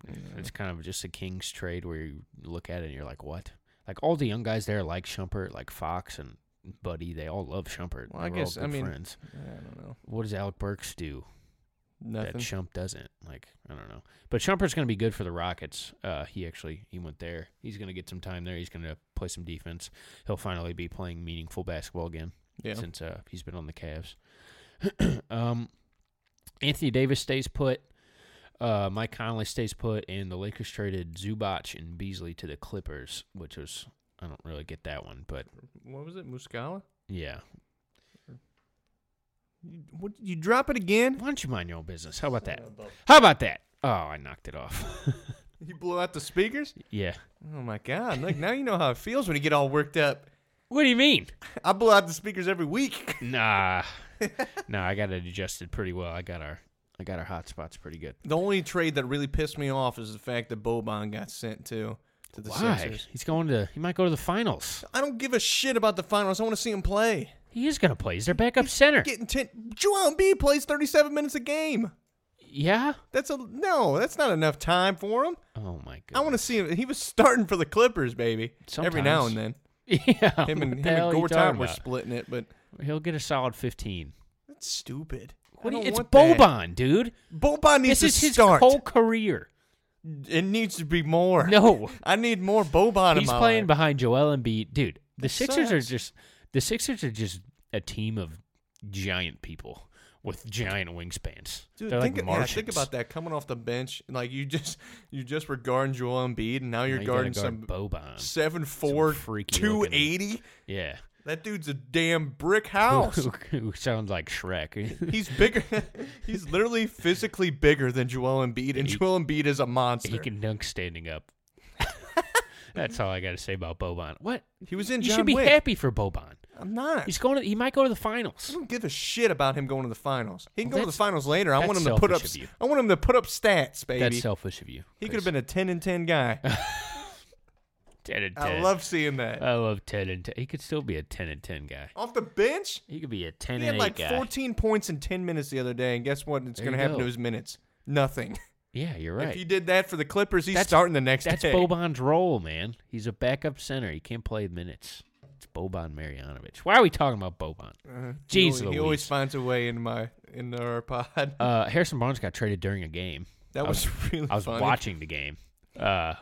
[SPEAKER 1] Yeah.
[SPEAKER 3] It's kind of just a Kings trade where you look at it and you're like, what? Like all the young guys there like Shumpert, like Fox and Buddy, they all love Shumpert.
[SPEAKER 1] Well, I
[SPEAKER 3] They were all
[SPEAKER 1] guess- I
[SPEAKER 3] good
[SPEAKER 1] mean,
[SPEAKER 3] friends.
[SPEAKER 1] I don't know.
[SPEAKER 3] What does Alec Burks do that
[SPEAKER 1] Nothing.
[SPEAKER 3] Shump doesn't? Like I don't know. But Shumpert's going to be good for the Rockets. Uh, he actually he went there. He's going to get some time there. He's going to play some defense. He'll finally be playing meaningful basketball again
[SPEAKER 1] yeah.
[SPEAKER 3] since uh, he's been on the Cavs. <clears throat> um, Anthony Davis stays put. Uh, Mike Conley stays put, and the Lakers traded Zubac and Beasley to the Clippers, which was I don't really get that one, but
[SPEAKER 1] What was it, Muscala?
[SPEAKER 3] yeah.
[SPEAKER 1] You, what, you drop it again?
[SPEAKER 3] Why don't you mind your own business? How about that? How about that? Oh, I knocked it off. <laughs>
[SPEAKER 1] You blew out the speakers?
[SPEAKER 3] yeah.
[SPEAKER 1] Oh my God! Look, now you know how it feels when you get all worked up.
[SPEAKER 3] What do you mean?
[SPEAKER 1] I blow out the speakers every week. <laughs>
[SPEAKER 3] Nah. <laughs> nah, I got it adjusted pretty well. I got our I got our hot spots pretty good.
[SPEAKER 1] The only trade that really pissed me off is the fact that Boban got sent to to the
[SPEAKER 3] Why?
[SPEAKER 1] Sixers.
[SPEAKER 3] He's going to he might go to the finals.
[SPEAKER 1] I don't give a shit about the finals. I want to see him play.
[SPEAKER 3] He is gonna play. He's their backup center.
[SPEAKER 1] Getting ten. Joel B plays thirty-seven minutes a game.
[SPEAKER 3] Yeah?
[SPEAKER 1] That's a no. That's not enough time for him.
[SPEAKER 3] Oh my god! <laughs>
[SPEAKER 1] I want to see him. He was starting for the Clippers, baby. Every now
[SPEAKER 3] Sometimes.
[SPEAKER 1] and then,
[SPEAKER 3] Yeah,
[SPEAKER 1] him and
[SPEAKER 3] what
[SPEAKER 1] him
[SPEAKER 3] the hell
[SPEAKER 1] and
[SPEAKER 3] are you
[SPEAKER 1] Gore
[SPEAKER 3] talking
[SPEAKER 1] were
[SPEAKER 3] about?
[SPEAKER 1] splitting it, but
[SPEAKER 3] He'll get a solid fifteen.
[SPEAKER 1] that's stupid. I
[SPEAKER 3] What do you,
[SPEAKER 1] don't
[SPEAKER 3] it's
[SPEAKER 1] want that.
[SPEAKER 3] Boban, dude.
[SPEAKER 1] Boban needs
[SPEAKER 3] This is
[SPEAKER 1] to
[SPEAKER 3] his
[SPEAKER 1] start.
[SPEAKER 3] whole career.
[SPEAKER 1] <laughs> It needs to be more.
[SPEAKER 3] No,
[SPEAKER 1] I need more Boban in
[SPEAKER 3] he's
[SPEAKER 1] my
[SPEAKER 3] playing
[SPEAKER 1] life.
[SPEAKER 3] behind Joel Embiid, dude. The
[SPEAKER 1] That
[SPEAKER 3] Sixers are
[SPEAKER 1] sucks.
[SPEAKER 3] just the Sixers are just a team of giant people with giant wingspans.
[SPEAKER 1] Dude,
[SPEAKER 3] They're
[SPEAKER 1] think,
[SPEAKER 3] like
[SPEAKER 1] yeah,
[SPEAKER 3] Martians.
[SPEAKER 1] think about that coming off the bench. Like you just <laughs> you just were guarding Joel Embiid, and now
[SPEAKER 3] Now
[SPEAKER 1] you're
[SPEAKER 3] you gotta
[SPEAKER 1] guarding
[SPEAKER 3] guard
[SPEAKER 1] some
[SPEAKER 3] Boban.
[SPEAKER 1] seven four
[SPEAKER 3] some freaky
[SPEAKER 1] two eighty. <laughs>
[SPEAKER 3] Yeah,
[SPEAKER 1] That dude's a damn brick
[SPEAKER 3] <laughs> who,
[SPEAKER 1] house.
[SPEAKER 3] who- who sounds like Shrek.
[SPEAKER 1] Oh,
[SPEAKER 3] <laughs>
[SPEAKER 1] He's bigger. <laughs> He's literally physically bigger than Joel Embiid, and
[SPEAKER 3] He-
[SPEAKER 1] Joel Embiid is a monster.
[SPEAKER 3] he can dunk standing
[SPEAKER 1] <laughs>
[SPEAKER 3] up. That's all I got to say about Boban. What?
[SPEAKER 1] He was in
[SPEAKER 3] You
[SPEAKER 1] John
[SPEAKER 3] should be
[SPEAKER 1] Wick.
[SPEAKER 3] happy for Boban.
[SPEAKER 1] I'm <laughs> not.
[SPEAKER 3] He's going to. He might go to the
[SPEAKER 1] I
[SPEAKER 3] finals.
[SPEAKER 1] don't give a shit about him going to the finals. He can
[SPEAKER 3] Well,
[SPEAKER 1] go to the
[SPEAKER 3] that's-
[SPEAKER 1] finals later. I want
[SPEAKER 3] that's
[SPEAKER 1] him to put up.
[SPEAKER 3] selfish of you.
[SPEAKER 1] I want him to put up stats, baby.
[SPEAKER 3] That's selfish of you.
[SPEAKER 1] he could have been a ten and ten guy.
[SPEAKER 3] <laughs> ten and ten.
[SPEAKER 1] I love seeing that.
[SPEAKER 3] I love ten and ten. He could still be a ten and ten guy.
[SPEAKER 1] Off the bench,
[SPEAKER 3] He could be a ten
[SPEAKER 1] He
[SPEAKER 3] and
[SPEAKER 1] had
[SPEAKER 3] eight
[SPEAKER 1] like
[SPEAKER 3] guy.
[SPEAKER 1] 14 points in 10 minutes the other day, and guess what? It's
[SPEAKER 3] There
[SPEAKER 1] going to
[SPEAKER 3] you
[SPEAKER 1] happen
[SPEAKER 3] go.
[SPEAKER 1] to his minutes. Nothing.
[SPEAKER 3] Yeah, you're right.
[SPEAKER 1] If he did that for the Clippers, he's
[SPEAKER 3] That's-
[SPEAKER 1] starting the next
[SPEAKER 3] That's
[SPEAKER 1] day.
[SPEAKER 3] Boban's role, man. He's a backup center. He can't play minutes. It's Boban Marjanovic. Why are we talking about
[SPEAKER 1] <laughs>
[SPEAKER 3] Boban?
[SPEAKER 1] Uh, he,
[SPEAKER 3] Jeez
[SPEAKER 1] always, he
[SPEAKER 3] Louise.
[SPEAKER 1] always finds a way in my in our pod.
[SPEAKER 3] uh, Harrison Barnes got traded during a game.
[SPEAKER 1] that
[SPEAKER 3] I
[SPEAKER 1] was, <laughs> really.
[SPEAKER 3] I was
[SPEAKER 1] funny.
[SPEAKER 3] watching the game.
[SPEAKER 1] <laughs>
[SPEAKER 3] Uh,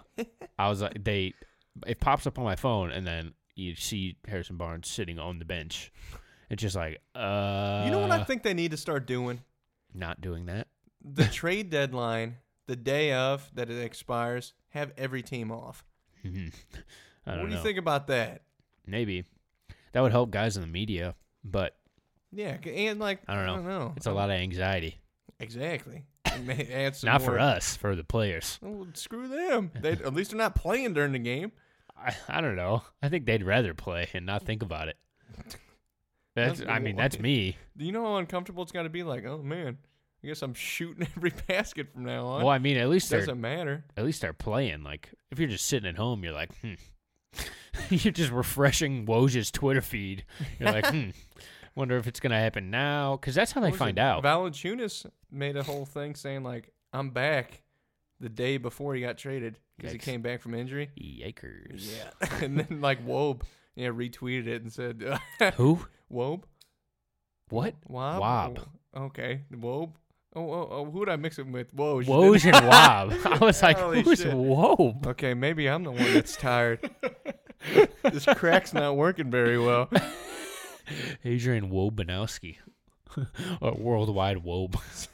[SPEAKER 3] I was like, they, it pops up on my phone, and then you see Harrison Barnes sitting on the bench. It's just like, uh,
[SPEAKER 1] you know what I think they need to start doing?
[SPEAKER 3] Not doing that. <laughs>
[SPEAKER 1] The trade deadline, the day of that it expires, have every team off.
[SPEAKER 3] Mhm. I
[SPEAKER 1] What
[SPEAKER 3] don't
[SPEAKER 1] do
[SPEAKER 3] know.
[SPEAKER 1] you think about that?
[SPEAKER 3] Maybe that would help guys in the media, but
[SPEAKER 1] Yeah, c- and like
[SPEAKER 3] I don't know.
[SPEAKER 1] know.
[SPEAKER 3] It's a lot of anxiety.
[SPEAKER 1] exactly. It may
[SPEAKER 3] <laughs>
[SPEAKER 1] add some
[SPEAKER 3] Not
[SPEAKER 1] more-
[SPEAKER 3] for us, for the players.
[SPEAKER 1] Well, screw them. They, at least they're not playing during the game.
[SPEAKER 3] I, I don't know. I think they'd rather play and not think about it. That's.
[SPEAKER 1] <laughs> That's-
[SPEAKER 3] I mean, that's me.
[SPEAKER 1] Do you know how uncomfortable it's got to be? Like, oh man, I guess I'm shooting <laughs> every basket from now on.
[SPEAKER 3] Well, I mean, at least they're
[SPEAKER 1] Doesn't matter.
[SPEAKER 3] at least they're playing. Like, if you're just sitting at home, you're like, hmm. <laughs> you're just refreshing Woj's Twitter feed. You're
[SPEAKER 1] <laughs>
[SPEAKER 3] like, hmm. Wonder if it's gonna happen now, because that's how they
[SPEAKER 1] What was
[SPEAKER 3] find
[SPEAKER 1] it?
[SPEAKER 3] out.
[SPEAKER 1] Valanciunas made a whole thing saying like, "I'm back," the day before he got traded because he
[SPEAKER 3] Yikes.
[SPEAKER 1] came back from injury.
[SPEAKER 3] Yikers.
[SPEAKER 1] <laughs> and then like Wobe, yeah, retweeted it and said, <laughs>
[SPEAKER 3] Who?
[SPEAKER 1] "Wobe,
[SPEAKER 3] What?
[SPEAKER 1] Wob,
[SPEAKER 3] Wob.
[SPEAKER 1] Oh, okay, Wobe. Oh, oh, oh, who would I mix him with? Woj.
[SPEAKER 3] Woj and Wob. <laughs> I was like,
[SPEAKER 1] Holy
[SPEAKER 3] who's
[SPEAKER 1] shit.
[SPEAKER 3] Wob?
[SPEAKER 1] Okay, maybe I'm the one
[SPEAKER 3] <laughs>
[SPEAKER 1] that's tired. this crack's not working very well.
[SPEAKER 3] Adrian Wobanowski. <laughs> or Worldwide Wob. <laughs>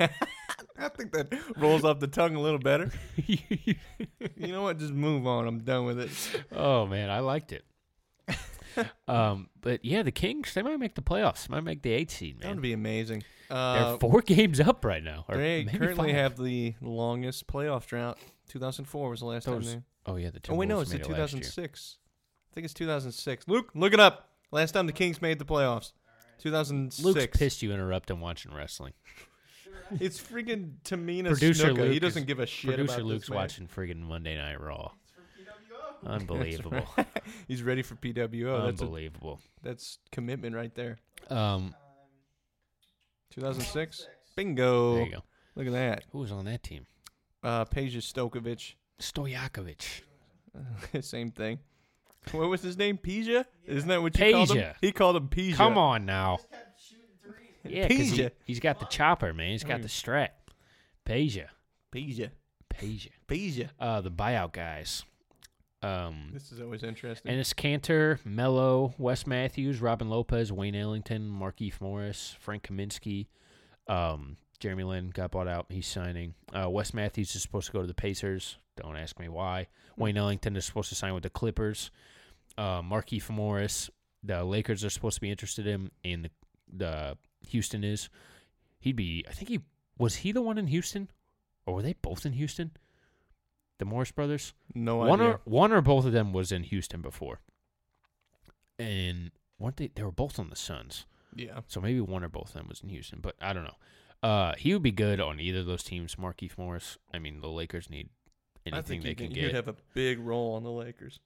[SPEAKER 1] I think that rolls off the tongue a little better. You know what? Just move on. I'm done with it.
[SPEAKER 3] oh, man. I liked it. um, but yeah, the Kings, they might make the playoffs. Might make the eight seed,
[SPEAKER 1] That
[SPEAKER 3] man.
[SPEAKER 1] would be amazing.
[SPEAKER 3] They're
[SPEAKER 1] Uh,
[SPEAKER 3] four <laughs> games up right now. Or
[SPEAKER 1] they
[SPEAKER 3] maybe
[SPEAKER 1] currently
[SPEAKER 3] five.
[SPEAKER 1] have the longest playoff drought. 2004 was the last
[SPEAKER 3] Those-
[SPEAKER 1] time
[SPEAKER 3] Oh, yeah. The Timberwolves
[SPEAKER 1] they. Oh wait, no, it's the
[SPEAKER 3] made it last year.
[SPEAKER 1] 2006. I think it's 2006. Luke, look it up. Last time the Kings made the playoffs. 2006.
[SPEAKER 3] Luke's pissed you interrupt him watching wrestling.
[SPEAKER 1] It's freaking Tamina
[SPEAKER 3] Producer
[SPEAKER 1] Snuka.
[SPEAKER 3] Luke
[SPEAKER 1] he doesn't
[SPEAKER 3] is-
[SPEAKER 1] give a shit
[SPEAKER 3] Producer
[SPEAKER 1] about
[SPEAKER 3] Luke's
[SPEAKER 1] this match.
[SPEAKER 3] watching friggin' Monday Night Raw.
[SPEAKER 1] <laughs>
[SPEAKER 3] Unbelievable.
[SPEAKER 1] He's ready for PWO. Oh, That's a,
[SPEAKER 3] Unbelievable.
[SPEAKER 1] that's commitment right there.
[SPEAKER 3] Um,
[SPEAKER 1] 2006. Bingo.
[SPEAKER 3] there you go.
[SPEAKER 1] Look at that.
[SPEAKER 3] Who was on that team?
[SPEAKER 1] Uh, Peja Stokovic.
[SPEAKER 3] Stojakovic.
[SPEAKER 1] <laughs> Same thing. What was his name? Peja? Isn't that what you called him?
[SPEAKER 3] Peja.
[SPEAKER 1] He called him Peja.
[SPEAKER 3] Come on now. Yeah, 'cause he,
[SPEAKER 1] Peja.
[SPEAKER 3] he's got the chopper, man. He's got the strat. Peja.
[SPEAKER 1] Peja.
[SPEAKER 3] Peja.
[SPEAKER 1] Peja.
[SPEAKER 3] Uh, the buyout guys. Um,
[SPEAKER 1] This is always interesting.
[SPEAKER 3] and it's Cantor, Mello, Wes Matthews, Robin Lopez, Wayne Ellington, Markeith Morris, Frank Kaminsky. Um, Jeremy Lin got bought out. He's signing. Uh, Wes Matthews is supposed to go to the Pacers. Don't ask me why. Wayne Ellington is supposed to sign with the Clippers. Uh, Markeith Morris. The Lakers are supposed to be interested in, and the, the Houston is. He'd be. I think he was he the one in Houston, or were they both in Houston? The Morris brothers.
[SPEAKER 1] no
[SPEAKER 3] one
[SPEAKER 1] idea.
[SPEAKER 3] or one or both of them was in Houston before, and weren't they? They were both on the Suns.
[SPEAKER 1] yeah.
[SPEAKER 3] So maybe one or both of them was in Houston, but I don't know. Uh, he would be good on either of those teams. Markeith Morris. I mean, the Lakers need
[SPEAKER 1] I
[SPEAKER 3] anything
[SPEAKER 1] think
[SPEAKER 3] they
[SPEAKER 1] he
[SPEAKER 3] can
[SPEAKER 1] can,
[SPEAKER 3] get.
[SPEAKER 1] he'd have a big role on the Lakers.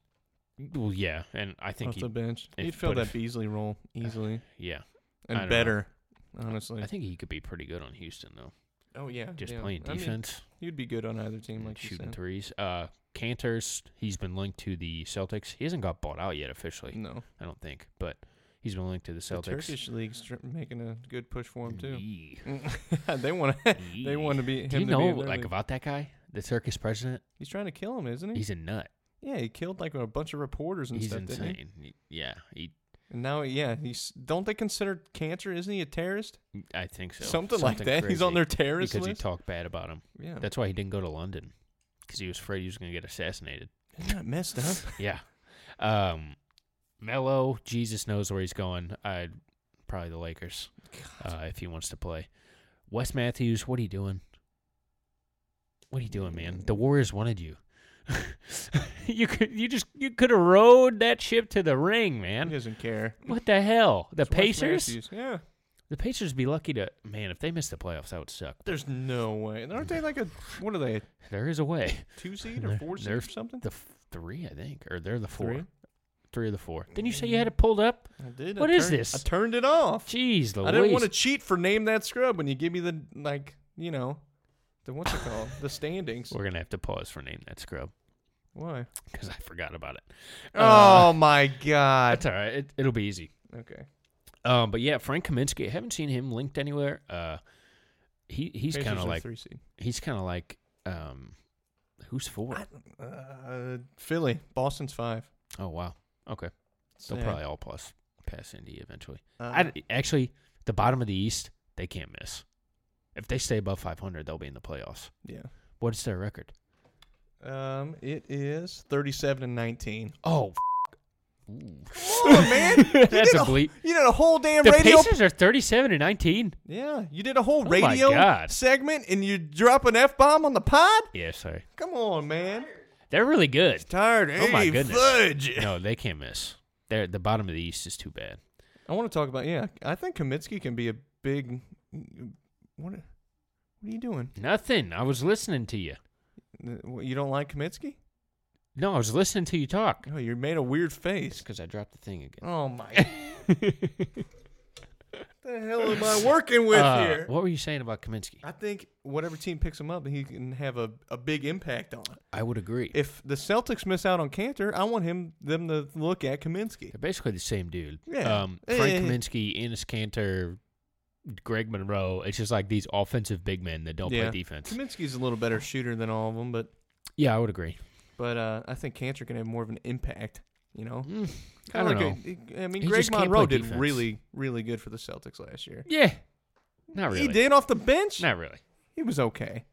[SPEAKER 3] well, yeah, and I think
[SPEAKER 1] Off
[SPEAKER 3] he,
[SPEAKER 1] the bench.
[SPEAKER 3] if-
[SPEAKER 1] He'd fill
[SPEAKER 3] but
[SPEAKER 1] that
[SPEAKER 3] if-
[SPEAKER 1] Beasley role
[SPEAKER 3] <sighs>
[SPEAKER 1] easily.
[SPEAKER 3] yeah, I don't
[SPEAKER 1] And
[SPEAKER 3] know.
[SPEAKER 1] better, honestly.
[SPEAKER 3] I think he could be pretty good on Houston though.
[SPEAKER 1] oh, yeah.
[SPEAKER 3] Just
[SPEAKER 1] yeah.
[SPEAKER 3] playing
[SPEAKER 1] I mean,
[SPEAKER 3] defense,
[SPEAKER 1] you'd be good on either team,
[SPEAKER 3] and
[SPEAKER 1] like you
[SPEAKER 3] shooting
[SPEAKER 1] said.
[SPEAKER 3] threes. Uh, Cantor's he's been linked to the Celtics. He hasn't got bought out yet officially,
[SPEAKER 1] No.
[SPEAKER 3] I don't think, but he's been linked to the
[SPEAKER 1] The
[SPEAKER 3] Celtics.
[SPEAKER 1] Turkish league's tr- making a good push for him, too.
[SPEAKER 3] Yee.
[SPEAKER 1] they want to
[SPEAKER 3] Yee.
[SPEAKER 1] <laughs> They want to be him
[SPEAKER 3] Do you
[SPEAKER 1] to
[SPEAKER 3] know
[SPEAKER 1] be in their
[SPEAKER 3] like
[SPEAKER 1] league.
[SPEAKER 3] about that guy, the Turkish president?
[SPEAKER 1] He's trying to kill him, isn't he?
[SPEAKER 3] He's a nut.
[SPEAKER 1] Yeah, he killed like a bunch of reporters and
[SPEAKER 3] He's
[SPEAKER 1] stuff. Didn't he?
[SPEAKER 3] insane. He- yeah, he
[SPEAKER 1] And now, yeah, he's don't they consider cancer? Isn't he a terrorist?
[SPEAKER 3] I think so.
[SPEAKER 1] Something like that. He's on
[SPEAKER 3] crazy.
[SPEAKER 1] their terrorist
[SPEAKER 3] because
[SPEAKER 1] list? Oh.
[SPEAKER 3] he talked bad about him.
[SPEAKER 1] yeah,
[SPEAKER 3] That's why he didn't go to London because he was afraid he was going to get assassinated.
[SPEAKER 1] isn't that messed
[SPEAKER 3] <laughs>
[SPEAKER 1] up.
[SPEAKER 3] yeah. Um, Melo, Jesus knows where he's going. I'd probably the Lakers uh, if he wants to play. Wes Matthews, what are you doing? What are you doing, man? The Warriors wanted you. <laughs> you could you just you could have rode that ship to the ring,
[SPEAKER 1] he
[SPEAKER 3] man.
[SPEAKER 1] doesn't care.
[SPEAKER 3] What the hell? The
[SPEAKER 1] It's Wes
[SPEAKER 3] Pacers?
[SPEAKER 1] Matthews. Yeah,
[SPEAKER 3] The Pacers be lucky to man, if they miss the playoffs, that would suck.
[SPEAKER 1] there's no way. And Aren't they like a what are they? a
[SPEAKER 3] There is a way.
[SPEAKER 1] Two seed or four seed or
[SPEAKER 3] they're
[SPEAKER 1] something?
[SPEAKER 3] The f- three, I think, or they're the four.
[SPEAKER 1] Three? Mm.
[SPEAKER 3] Three, of the four. Didn't you say you had it pulled up?
[SPEAKER 1] I did. I
[SPEAKER 3] what is
[SPEAKER 1] turned-
[SPEAKER 3] this?
[SPEAKER 1] I turned it off.
[SPEAKER 3] Jeez,
[SPEAKER 1] I didn't want to
[SPEAKER 3] Louise.
[SPEAKER 1] cheat for name that scrub when you give me the like you know the what's it called
[SPEAKER 3] <laughs>
[SPEAKER 1] the standings.
[SPEAKER 3] We're gonna have to pause for name that scrub
[SPEAKER 1] Why?
[SPEAKER 3] because I forgot about it. Uh,
[SPEAKER 1] Oh my god.
[SPEAKER 3] That's all right. It, it'll be easy.
[SPEAKER 1] Okay.
[SPEAKER 3] Um, but yeah, Frank Kaminsky. I haven't seen him linked anywhere. Uh, he he's
[SPEAKER 1] Pacers
[SPEAKER 3] kind
[SPEAKER 1] are
[SPEAKER 3] of like
[SPEAKER 1] three seed.
[SPEAKER 3] he's kind of like um, who's four?
[SPEAKER 1] Uh, Philly, Boston's five.
[SPEAKER 3] Oh wow. Okay, they'll
[SPEAKER 1] Sad.
[SPEAKER 3] probably all plus pass Indy eventually.
[SPEAKER 1] Uh,
[SPEAKER 3] I d actually the bottom of the East they can't miss. If they stay above 500, they'll be in the playoffs.
[SPEAKER 1] yeah.
[SPEAKER 3] What is their record?
[SPEAKER 1] Um, it is thirty-seven and <laughs> nineteen.
[SPEAKER 3] Oh,
[SPEAKER 1] Come on, man! You
[SPEAKER 3] <laughs> That's
[SPEAKER 1] did
[SPEAKER 3] a bleep.
[SPEAKER 1] You did a whole damn
[SPEAKER 3] the
[SPEAKER 1] radio.
[SPEAKER 3] Pacers are 37 and 19.
[SPEAKER 1] yeah, you did a whole
[SPEAKER 3] my
[SPEAKER 1] radio
[SPEAKER 3] God.
[SPEAKER 1] segment, and you drop an f bomb on the pod.
[SPEAKER 3] Yeah, sorry.
[SPEAKER 1] Come on, man!
[SPEAKER 3] They're really good.
[SPEAKER 1] Tired.
[SPEAKER 3] Oh my
[SPEAKER 1] Hey,
[SPEAKER 3] goodness.
[SPEAKER 1] Fudge.
[SPEAKER 3] No, they can't miss. They're the bottom of the East is too bad.
[SPEAKER 1] I want to talk about yeah. I think Kaminsky can be a big. What? What are you doing?
[SPEAKER 3] Nothing. I was listening to you.
[SPEAKER 1] What, You don't like Kaminsky?
[SPEAKER 3] No, I was listening to you talk.
[SPEAKER 1] No, you made a weird
[SPEAKER 3] It's
[SPEAKER 1] face.
[SPEAKER 3] because I dropped the thing again. <laughs>
[SPEAKER 1] Oh my! the hell am I working <laughs> with
[SPEAKER 3] Uh,
[SPEAKER 1] here?
[SPEAKER 3] What were you saying about Kaminsky?
[SPEAKER 1] I think whatever team picks him up, he can have a, a big impact on.
[SPEAKER 3] I would agree.
[SPEAKER 1] If the Celtics miss out on Cantor, I want him them to look at Kaminsky.
[SPEAKER 3] They're basically the same dude.
[SPEAKER 1] Yeah.
[SPEAKER 3] Um,
[SPEAKER 1] Eh,
[SPEAKER 3] Frank
[SPEAKER 1] eh, eh.
[SPEAKER 3] Kaminsky, Ennis Cantor, Greg Monroe. It's just like these offensive big men that don't play defense.
[SPEAKER 1] Kaminsky's a little better shooter than all of them, but
[SPEAKER 3] Yeah, I would agree.
[SPEAKER 1] but uh, I think Cantor can have more of an impact. You know,
[SPEAKER 3] Mm, I
[SPEAKER 1] Kinda
[SPEAKER 3] don't know.
[SPEAKER 1] like a- I mean,
[SPEAKER 3] He
[SPEAKER 1] Greg
[SPEAKER 3] just can't
[SPEAKER 1] Monroe
[SPEAKER 3] play
[SPEAKER 1] did
[SPEAKER 3] defense.
[SPEAKER 1] really really good for the Celtics last year.
[SPEAKER 3] yeah. Not really.
[SPEAKER 1] He did off the bench.
[SPEAKER 3] Not really.
[SPEAKER 1] He was okay.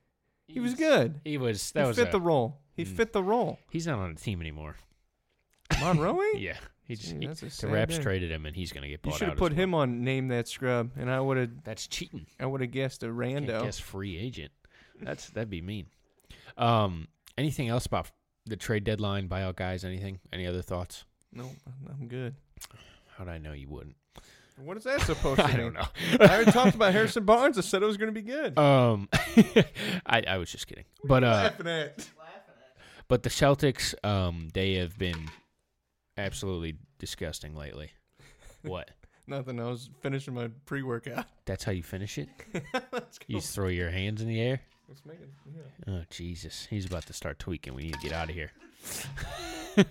[SPEAKER 1] He was good.
[SPEAKER 3] He was. That
[SPEAKER 1] he
[SPEAKER 3] was.
[SPEAKER 1] fit
[SPEAKER 3] a- mm.
[SPEAKER 1] the role. He fit the role.
[SPEAKER 3] he's not on the team anymore. <laughs>
[SPEAKER 1] Monroe. <laughs> ain't?
[SPEAKER 3] Yeah. He just.
[SPEAKER 1] Gee,
[SPEAKER 3] he-
[SPEAKER 1] that's a
[SPEAKER 3] the
[SPEAKER 1] sad
[SPEAKER 3] Raps
[SPEAKER 1] day.
[SPEAKER 3] traded him, and he's gonna get
[SPEAKER 1] You
[SPEAKER 3] bought
[SPEAKER 1] should have
[SPEAKER 3] out
[SPEAKER 1] put
[SPEAKER 3] as well.
[SPEAKER 1] him on name that scrub, and I would have
[SPEAKER 3] That's
[SPEAKER 1] <laughs>
[SPEAKER 3] cheating.
[SPEAKER 1] I would have guessed a
[SPEAKER 3] Can't
[SPEAKER 1] rando.
[SPEAKER 3] guess free agent. That's that'd be
[SPEAKER 1] <laughs>
[SPEAKER 3] mean. Um. Anything else about the trade deadline, buyout guys? Anything? Any other thoughts?
[SPEAKER 1] No, I'm good.
[SPEAKER 3] How'd I know you wouldn't?
[SPEAKER 1] What is that supposed to
[SPEAKER 3] <laughs> I
[SPEAKER 1] mean?
[SPEAKER 3] don't know.
[SPEAKER 1] I already talked about Harrison Barnes. I said it was going to be good.
[SPEAKER 3] <laughs> Um, I, I was just kidding, but uh,
[SPEAKER 1] Laughing at.
[SPEAKER 3] but the Celtics, um, they have been absolutely disgusting
[SPEAKER 1] <laughs>
[SPEAKER 3] lately. What?
[SPEAKER 1] Nothing. I was finishing my pre-workout.
[SPEAKER 3] That's how you finish it?
[SPEAKER 1] <laughs> Let's go.
[SPEAKER 3] You just throw your hands in the air?
[SPEAKER 1] Let's make it. Yeah.
[SPEAKER 3] Oh Jesus, he's about to start tweaking. We need to get out of here.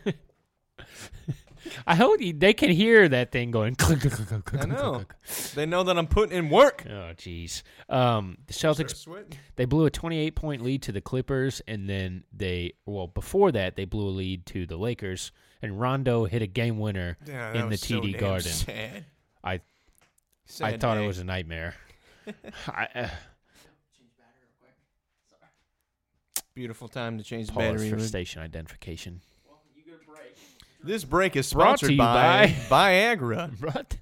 [SPEAKER 3] <laughs> I hope you- they can hear that thing going. Click, click, click, click, click, <laughs>
[SPEAKER 1] I
[SPEAKER 3] click,
[SPEAKER 1] know.
[SPEAKER 3] click.
[SPEAKER 1] They know that I'm putting in work.
[SPEAKER 3] Oh jeez. Um, the Celtics
[SPEAKER 1] Sweat.
[SPEAKER 3] They blew a 28 point lead to the Clippers, and then they, well, before that, they blew a lead to the Lakers, and Rondo hit a game winner
[SPEAKER 1] Yeah, that
[SPEAKER 3] in the
[SPEAKER 1] was so
[SPEAKER 3] TD
[SPEAKER 1] damn
[SPEAKER 3] Garden.
[SPEAKER 1] Sad.
[SPEAKER 3] I I
[SPEAKER 1] Sad
[SPEAKER 3] thought
[SPEAKER 1] day.
[SPEAKER 3] it was a
[SPEAKER 1] <laughs>
[SPEAKER 3] nightmare. I, uh,
[SPEAKER 1] beautiful time to change the
[SPEAKER 3] pause
[SPEAKER 1] battery.
[SPEAKER 3] for station identification.
[SPEAKER 1] This break is
[SPEAKER 3] Brought to
[SPEAKER 1] sponsored
[SPEAKER 3] you
[SPEAKER 1] by Viagra.
[SPEAKER 3] <laughs> Brought,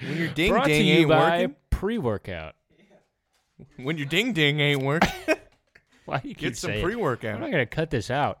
[SPEAKER 1] When your
[SPEAKER 3] <laughs>
[SPEAKER 1] ding
[SPEAKER 3] brought to
[SPEAKER 1] ding
[SPEAKER 3] you
[SPEAKER 1] ain't
[SPEAKER 3] by
[SPEAKER 1] working,
[SPEAKER 3] pre workout.
[SPEAKER 1] when your ding ding ain't working,
[SPEAKER 3] Why do you keep
[SPEAKER 1] get some
[SPEAKER 3] saying- I'm not
[SPEAKER 1] pre-workout.
[SPEAKER 3] gonna cut this out.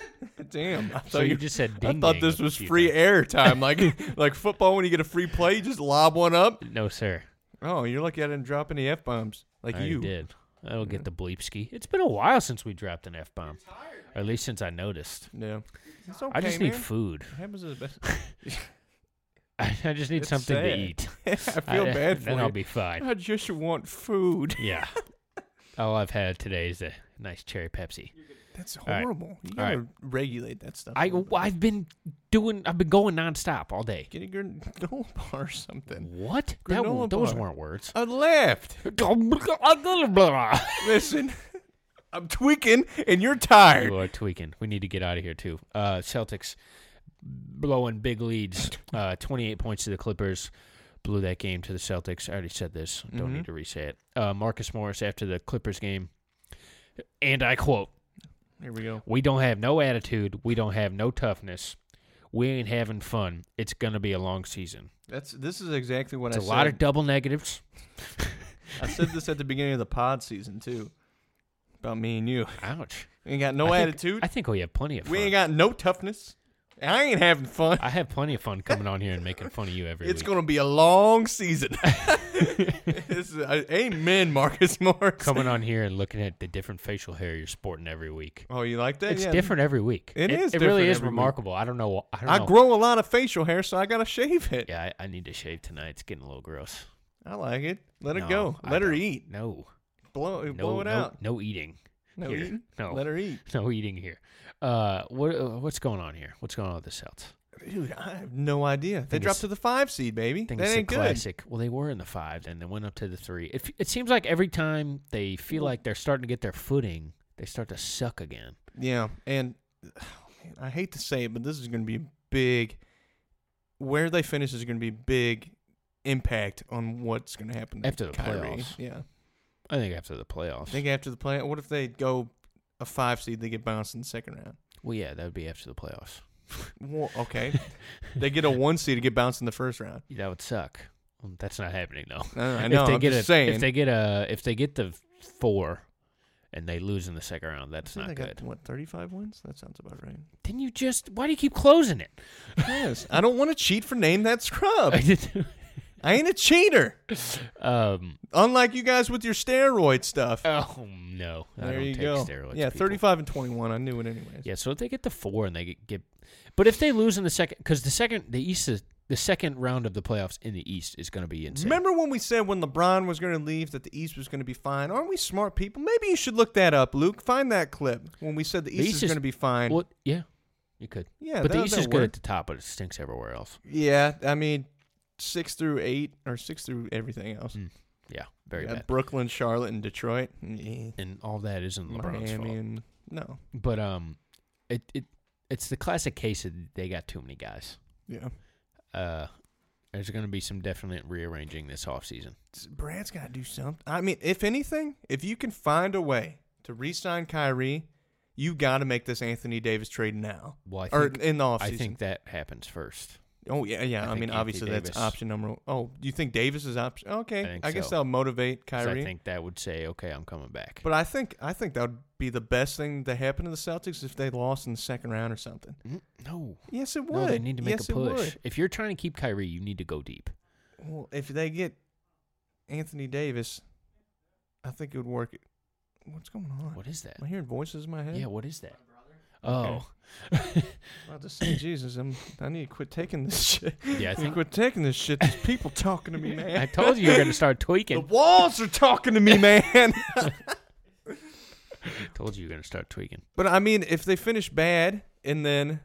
[SPEAKER 1] <laughs> damn! I
[SPEAKER 3] So
[SPEAKER 1] thought
[SPEAKER 3] you just said
[SPEAKER 1] I
[SPEAKER 3] ding
[SPEAKER 1] thought
[SPEAKER 3] ding
[SPEAKER 1] this
[SPEAKER 3] a
[SPEAKER 1] was
[SPEAKER 3] few
[SPEAKER 1] free air time,
[SPEAKER 3] <laughs>
[SPEAKER 1] like like football when you get a free play, you just lob one up.
[SPEAKER 3] No, sir.
[SPEAKER 1] Oh, you're lucky I didn't drop any f bombs like
[SPEAKER 3] I already
[SPEAKER 1] you.
[SPEAKER 3] did. I'll get the bleepski. It's been a while since we dropped an f bomb, or at least since I noticed.
[SPEAKER 1] Yeah, it's okay,
[SPEAKER 3] I just
[SPEAKER 1] man.
[SPEAKER 3] need food. <laughs>
[SPEAKER 1] It happens to the best.
[SPEAKER 3] I, I just need
[SPEAKER 1] It's
[SPEAKER 3] something to
[SPEAKER 1] sad.
[SPEAKER 3] eat.
[SPEAKER 1] <laughs> I feel
[SPEAKER 3] I- <laughs>
[SPEAKER 1] bad for
[SPEAKER 3] then
[SPEAKER 1] you.
[SPEAKER 3] I'll be fine.
[SPEAKER 1] <laughs> I just
[SPEAKER 3] <laughs>
[SPEAKER 1] want food.
[SPEAKER 3] yeah. All I've had today is a nice cherry Pepsi.
[SPEAKER 1] That's
[SPEAKER 3] right.
[SPEAKER 1] horrible. You
[SPEAKER 3] All right.
[SPEAKER 1] gotta regulate that stuff.
[SPEAKER 3] I
[SPEAKER 1] a little bit.
[SPEAKER 3] I've been doing. I've been going nonstop all day.
[SPEAKER 1] get a granola <laughs> bar or something.
[SPEAKER 3] What? That
[SPEAKER 1] Granola
[SPEAKER 3] wa- those
[SPEAKER 1] bar.
[SPEAKER 3] weren't words.
[SPEAKER 1] I left. <laughs>
[SPEAKER 3] you
[SPEAKER 1] Listen, I'm tweaking, and you're tired.
[SPEAKER 3] are tweaking. We need to get out of here too. Uh, Celtics blowing big leads. Uh, Twenty-eight points to the Clippers. Blew that game to the Celtics. I already said this. Don't need to re-say it. Uh, Marcus Morris after the Clippers game, and I quote.
[SPEAKER 1] Here we go.
[SPEAKER 3] We don't have no attitude. We don't have no toughness. We ain't having fun. It's gonna be a long season.
[SPEAKER 1] That's this is exactly what
[SPEAKER 3] It's
[SPEAKER 1] I
[SPEAKER 3] a
[SPEAKER 1] said.
[SPEAKER 3] lot of double negatives.
[SPEAKER 1] I said this at the beginning of the pod season too, about me and you.
[SPEAKER 3] Ouch.
[SPEAKER 1] We ain't got no
[SPEAKER 3] I think-
[SPEAKER 1] attitude.
[SPEAKER 3] I think we have plenty of.
[SPEAKER 1] we
[SPEAKER 3] fun.
[SPEAKER 1] ain't got no toughness. I ain't having fun.
[SPEAKER 3] I have plenty of fun coming on here and making fun of you every
[SPEAKER 1] It's
[SPEAKER 3] week.
[SPEAKER 1] going to be a
[SPEAKER 3] <laughs>
[SPEAKER 1] long season. <laughs> This is- uh, amen, Marcus Morris.
[SPEAKER 3] coming on here and looking at the different facial hair you're sporting every week.
[SPEAKER 1] <laughs> Oh, you like that?
[SPEAKER 3] It's
[SPEAKER 1] Yeah.
[SPEAKER 3] different every week.
[SPEAKER 1] It is
[SPEAKER 3] It
[SPEAKER 1] different
[SPEAKER 3] really is
[SPEAKER 1] every week.
[SPEAKER 3] remarkable. I don't know. I don't
[SPEAKER 1] I
[SPEAKER 3] know.
[SPEAKER 1] grow a lot of facial hair, so I gotta shave it.
[SPEAKER 3] Yeah, I, I need to shave tonight. It's getting a little gross.
[SPEAKER 1] I like it. Let
[SPEAKER 3] No,
[SPEAKER 1] it go.
[SPEAKER 3] I
[SPEAKER 1] Let her
[SPEAKER 3] don't.
[SPEAKER 1] eat.
[SPEAKER 3] No,
[SPEAKER 1] Blow,
[SPEAKER 3] no,
[SPEAKER 1] blow it
[SPEAKER 3] no,
[SPEAKER 1] out.
[SPEAKER 3] No eating. <laughs>
[SPEAKER 1] No
[SPEAKER 3] here.
[SPEAKER 1] eating.
[SPEAKER 3] No.
[SPEAKER 1] Let her eat.
[SPEAKER 3] No eating here. Uh, what uh, what's going on here? What's going on with the Celts?
[SPEAKER 1] Dude, I have no idea. They
[SPEAKER 3] Think
[SPEAKER 1] dropped
[SPEAKER 3] it's-
[SPEAKER 1] to the five seed, baby.
[SPEAKER 3] I think
[SPEAKER 1] That
[SPEAKER 3] it's
[SPEAKER 1] ain't
[SPEAKER 3] the
[SPEAKER 1] good.
[SPEAKER 3] classic. Well, they were in the fives and they went up to the three. It, f- it seems like every time they feel like they're starting to get their footing, they start to suck again.
[SPEAKER 1] Yeah, and <sighs> man, I hate to say it, but this is going to be a big. Where they finish is going to be a big impact on what's going to happen to
[SPEAKER 3] After the
[SPEAKER 1] Kyrie.
[SPEAKER 3] playoffs.
[SPEAKER 1] Yeah,
[SPEAKER 3] I think after the
[SPEAKER 1] I
[SPEAKER 3] playoffs.
[SPEAKER 1] think after the play, what if they go a five seed? They get bounced in the second round.
[SPEAKER 3] well, yeah, that would be after the playoffs.
[SPEAKER 1] Well,
[SPEAKER 3] <laughs>
[SPEAKER 1] okay, they get a one seed to get bounced in the first round.
[SPEAKER 3] That would suck. Um, That's not happening though.
[SPEAKER 1] No, I know,
[SPEAKER 3] If they
[SPEAKER 1] I'm
[SPEAKER 3] get
[SPEAKER 1] just
[SPEAKER 3] a,
[SPEAKER 1] saying.
[SPEAKER 3] If they get a, if they get the four, and they lose in the second round, that's
[SPEAKER 1] I
[SPEAKER 3] not
[SPEAKER 1] think they got,
[SPEAKER 3] good.
[SPEAKER 1] What thirty five wins? That sounds about right.
[SPEAKER 3] Then you just why do you keep closing it?
[SPEAKER 1] yes, I don't want to cheat for name that
[SPEAKER 3] <laughs>
[SPEAKER 1] scrub.
[SPEAKER 3] I did-
[SPEAKER 1] I ain't a cheater.
[SPEAKER 3] um.
[SPEAKER 1] Unlike you guys with your steroid stuff.
[SPEAKER 3] Oh no. I
[SPEAKER 1] there
[SPEAKER 3] don't
[SPEAKER 1] you
[SPEAKER 3] take
[SPEAKER 1] go.
[SPEAKER 3] steroids.
[SPEAKER 1] yeah,
[SPEAKER 3] people.
[SPEAKER 1] thirty five and twenty one. I knew it anyways.
[SPEAKER 3] Yeah. So if they get the four and they get, get but if they lose in the second, because the second, the East is the second round of the playoffs in the East is going to be insane.
[SPEAKER 1] Remember when we said when LeBron was going to leave that the East was going to be fine? Aren't we smart people? Maybe you should look that up, Luke. Find that clip when we said the
[SPEAKER 3] The
[SPEAKER 1] East, is, going to be fine.
[SPEAKER 3] Well, yeah, you could.
[SPEAKER 1] Yeah,
[SPEAKER 3] but the
[SPEAKER 1] that-
[SPEAKER 3] East
[SPEAKER 1] that
[SPEAKER 3] is good at
[SPEAKER 1] worked.
[SPEAKER 3] the top, but it stinks everywhere else.
[SPEAKER 1] yeah, I mean, six through eight or six through everything else.
[SPEAKER 3] Mm, yeah, very
[SPEAKER 1] Yeah,
[SPEAKER 3] bad.
[SPEAKER 1] Brooklyn, Charlotte, and Detroit. Yeah.
[SPEAKER 3] and all that isn't LeBron's
[SPEAKER 1] Miami
[SPEAKER 3] fault.
[SPEAKER 1] and no.
[SPEAKER 3] But um, it it it's the classic case of they got too many guys.
[SPEAKER 1] Yeah,
[SPEAKER 3] Uh, there's going to be some definite rearranging this offseason.
[SPEAKER 1] Brad's got to do something. I mean, if anything, if you can find a way to re-sign Kyrie, you got to make this Anthony Davis trade now
[SPEAKER 3] Well, I
[SPEAKER 1] or
[SPEAKER 3] think,
[SPEAKER 1] in the offseason.
[SPEAKER 3] I think that happens first.
[SPEAKER 1] Oh yeah, yeah.
[SPEAKER 3] I
[SPEAKER 1] I,
[SPEAKER 3] think
[SPEAKER 1] mean,
[SPEAKER 3] Anthony
[SPEAKER 1] obviously
[SPEAKER 3] Davis-
[SPEAKER 1] that's option number. one. Oh, do you think Davis is option? Okay,
[SPEAKER 3] I
[SPEAKER 1] I,
[SPEAKER 3] think
[SPEAKER 1] guess
[SPEAKER 3] so.
[SPEAKER 1] that'll motivate
[SPEAKER 3] 'Cause
[SPEAKER 1] Kyrie.
[SPEAKER 3] I think that would say, okay, I'm coming back.
[SPEAKER 1] but I think I think that would be the best thing that happened to the Celtics if they lost in the second round or something.
[SPEAKER 3] Mm, no.
[SPEAKER 1] Yes, it would.
[SPEAKER 3] No, they need to make
[SPEAKER 1] yes,
[SPEAKER 3] a
[SPEAKER 1] it would.
[SPEAKER 3] push. If you're trying to keep Kyrie, you need to go deep.
[SPEAKER 1] Well, if they get Anthony Davis, I think it would work. What's going on?
[SPEAKER 3] What is that?
[SPEAKER 1] Am I hearing voices in my head?
[SPEAKER 3] Yeah, what is that? Oh.
[SPEAKER 1] I just say, Jesus, I'm, I need to quit taking this <laughs> shit.
[SPEAKER 3] Yeah, I
[SPEAKER 1] I need to
[SPEAKER 3] think-
[SPEAKER 1] quit taking this shit. There's people talking to me, man.
[SPEAKER 3] I told you you were going to start
[SPEAKER 1] the <laughs>
[SPEAKER 3] tweaking.
[SPEAKER 1] walls are talking to me, man. <laughs>
[SPEAKER 3] told you you were going to start tweaking.
[SPEAKER 1] But I mean, if they finish bad and then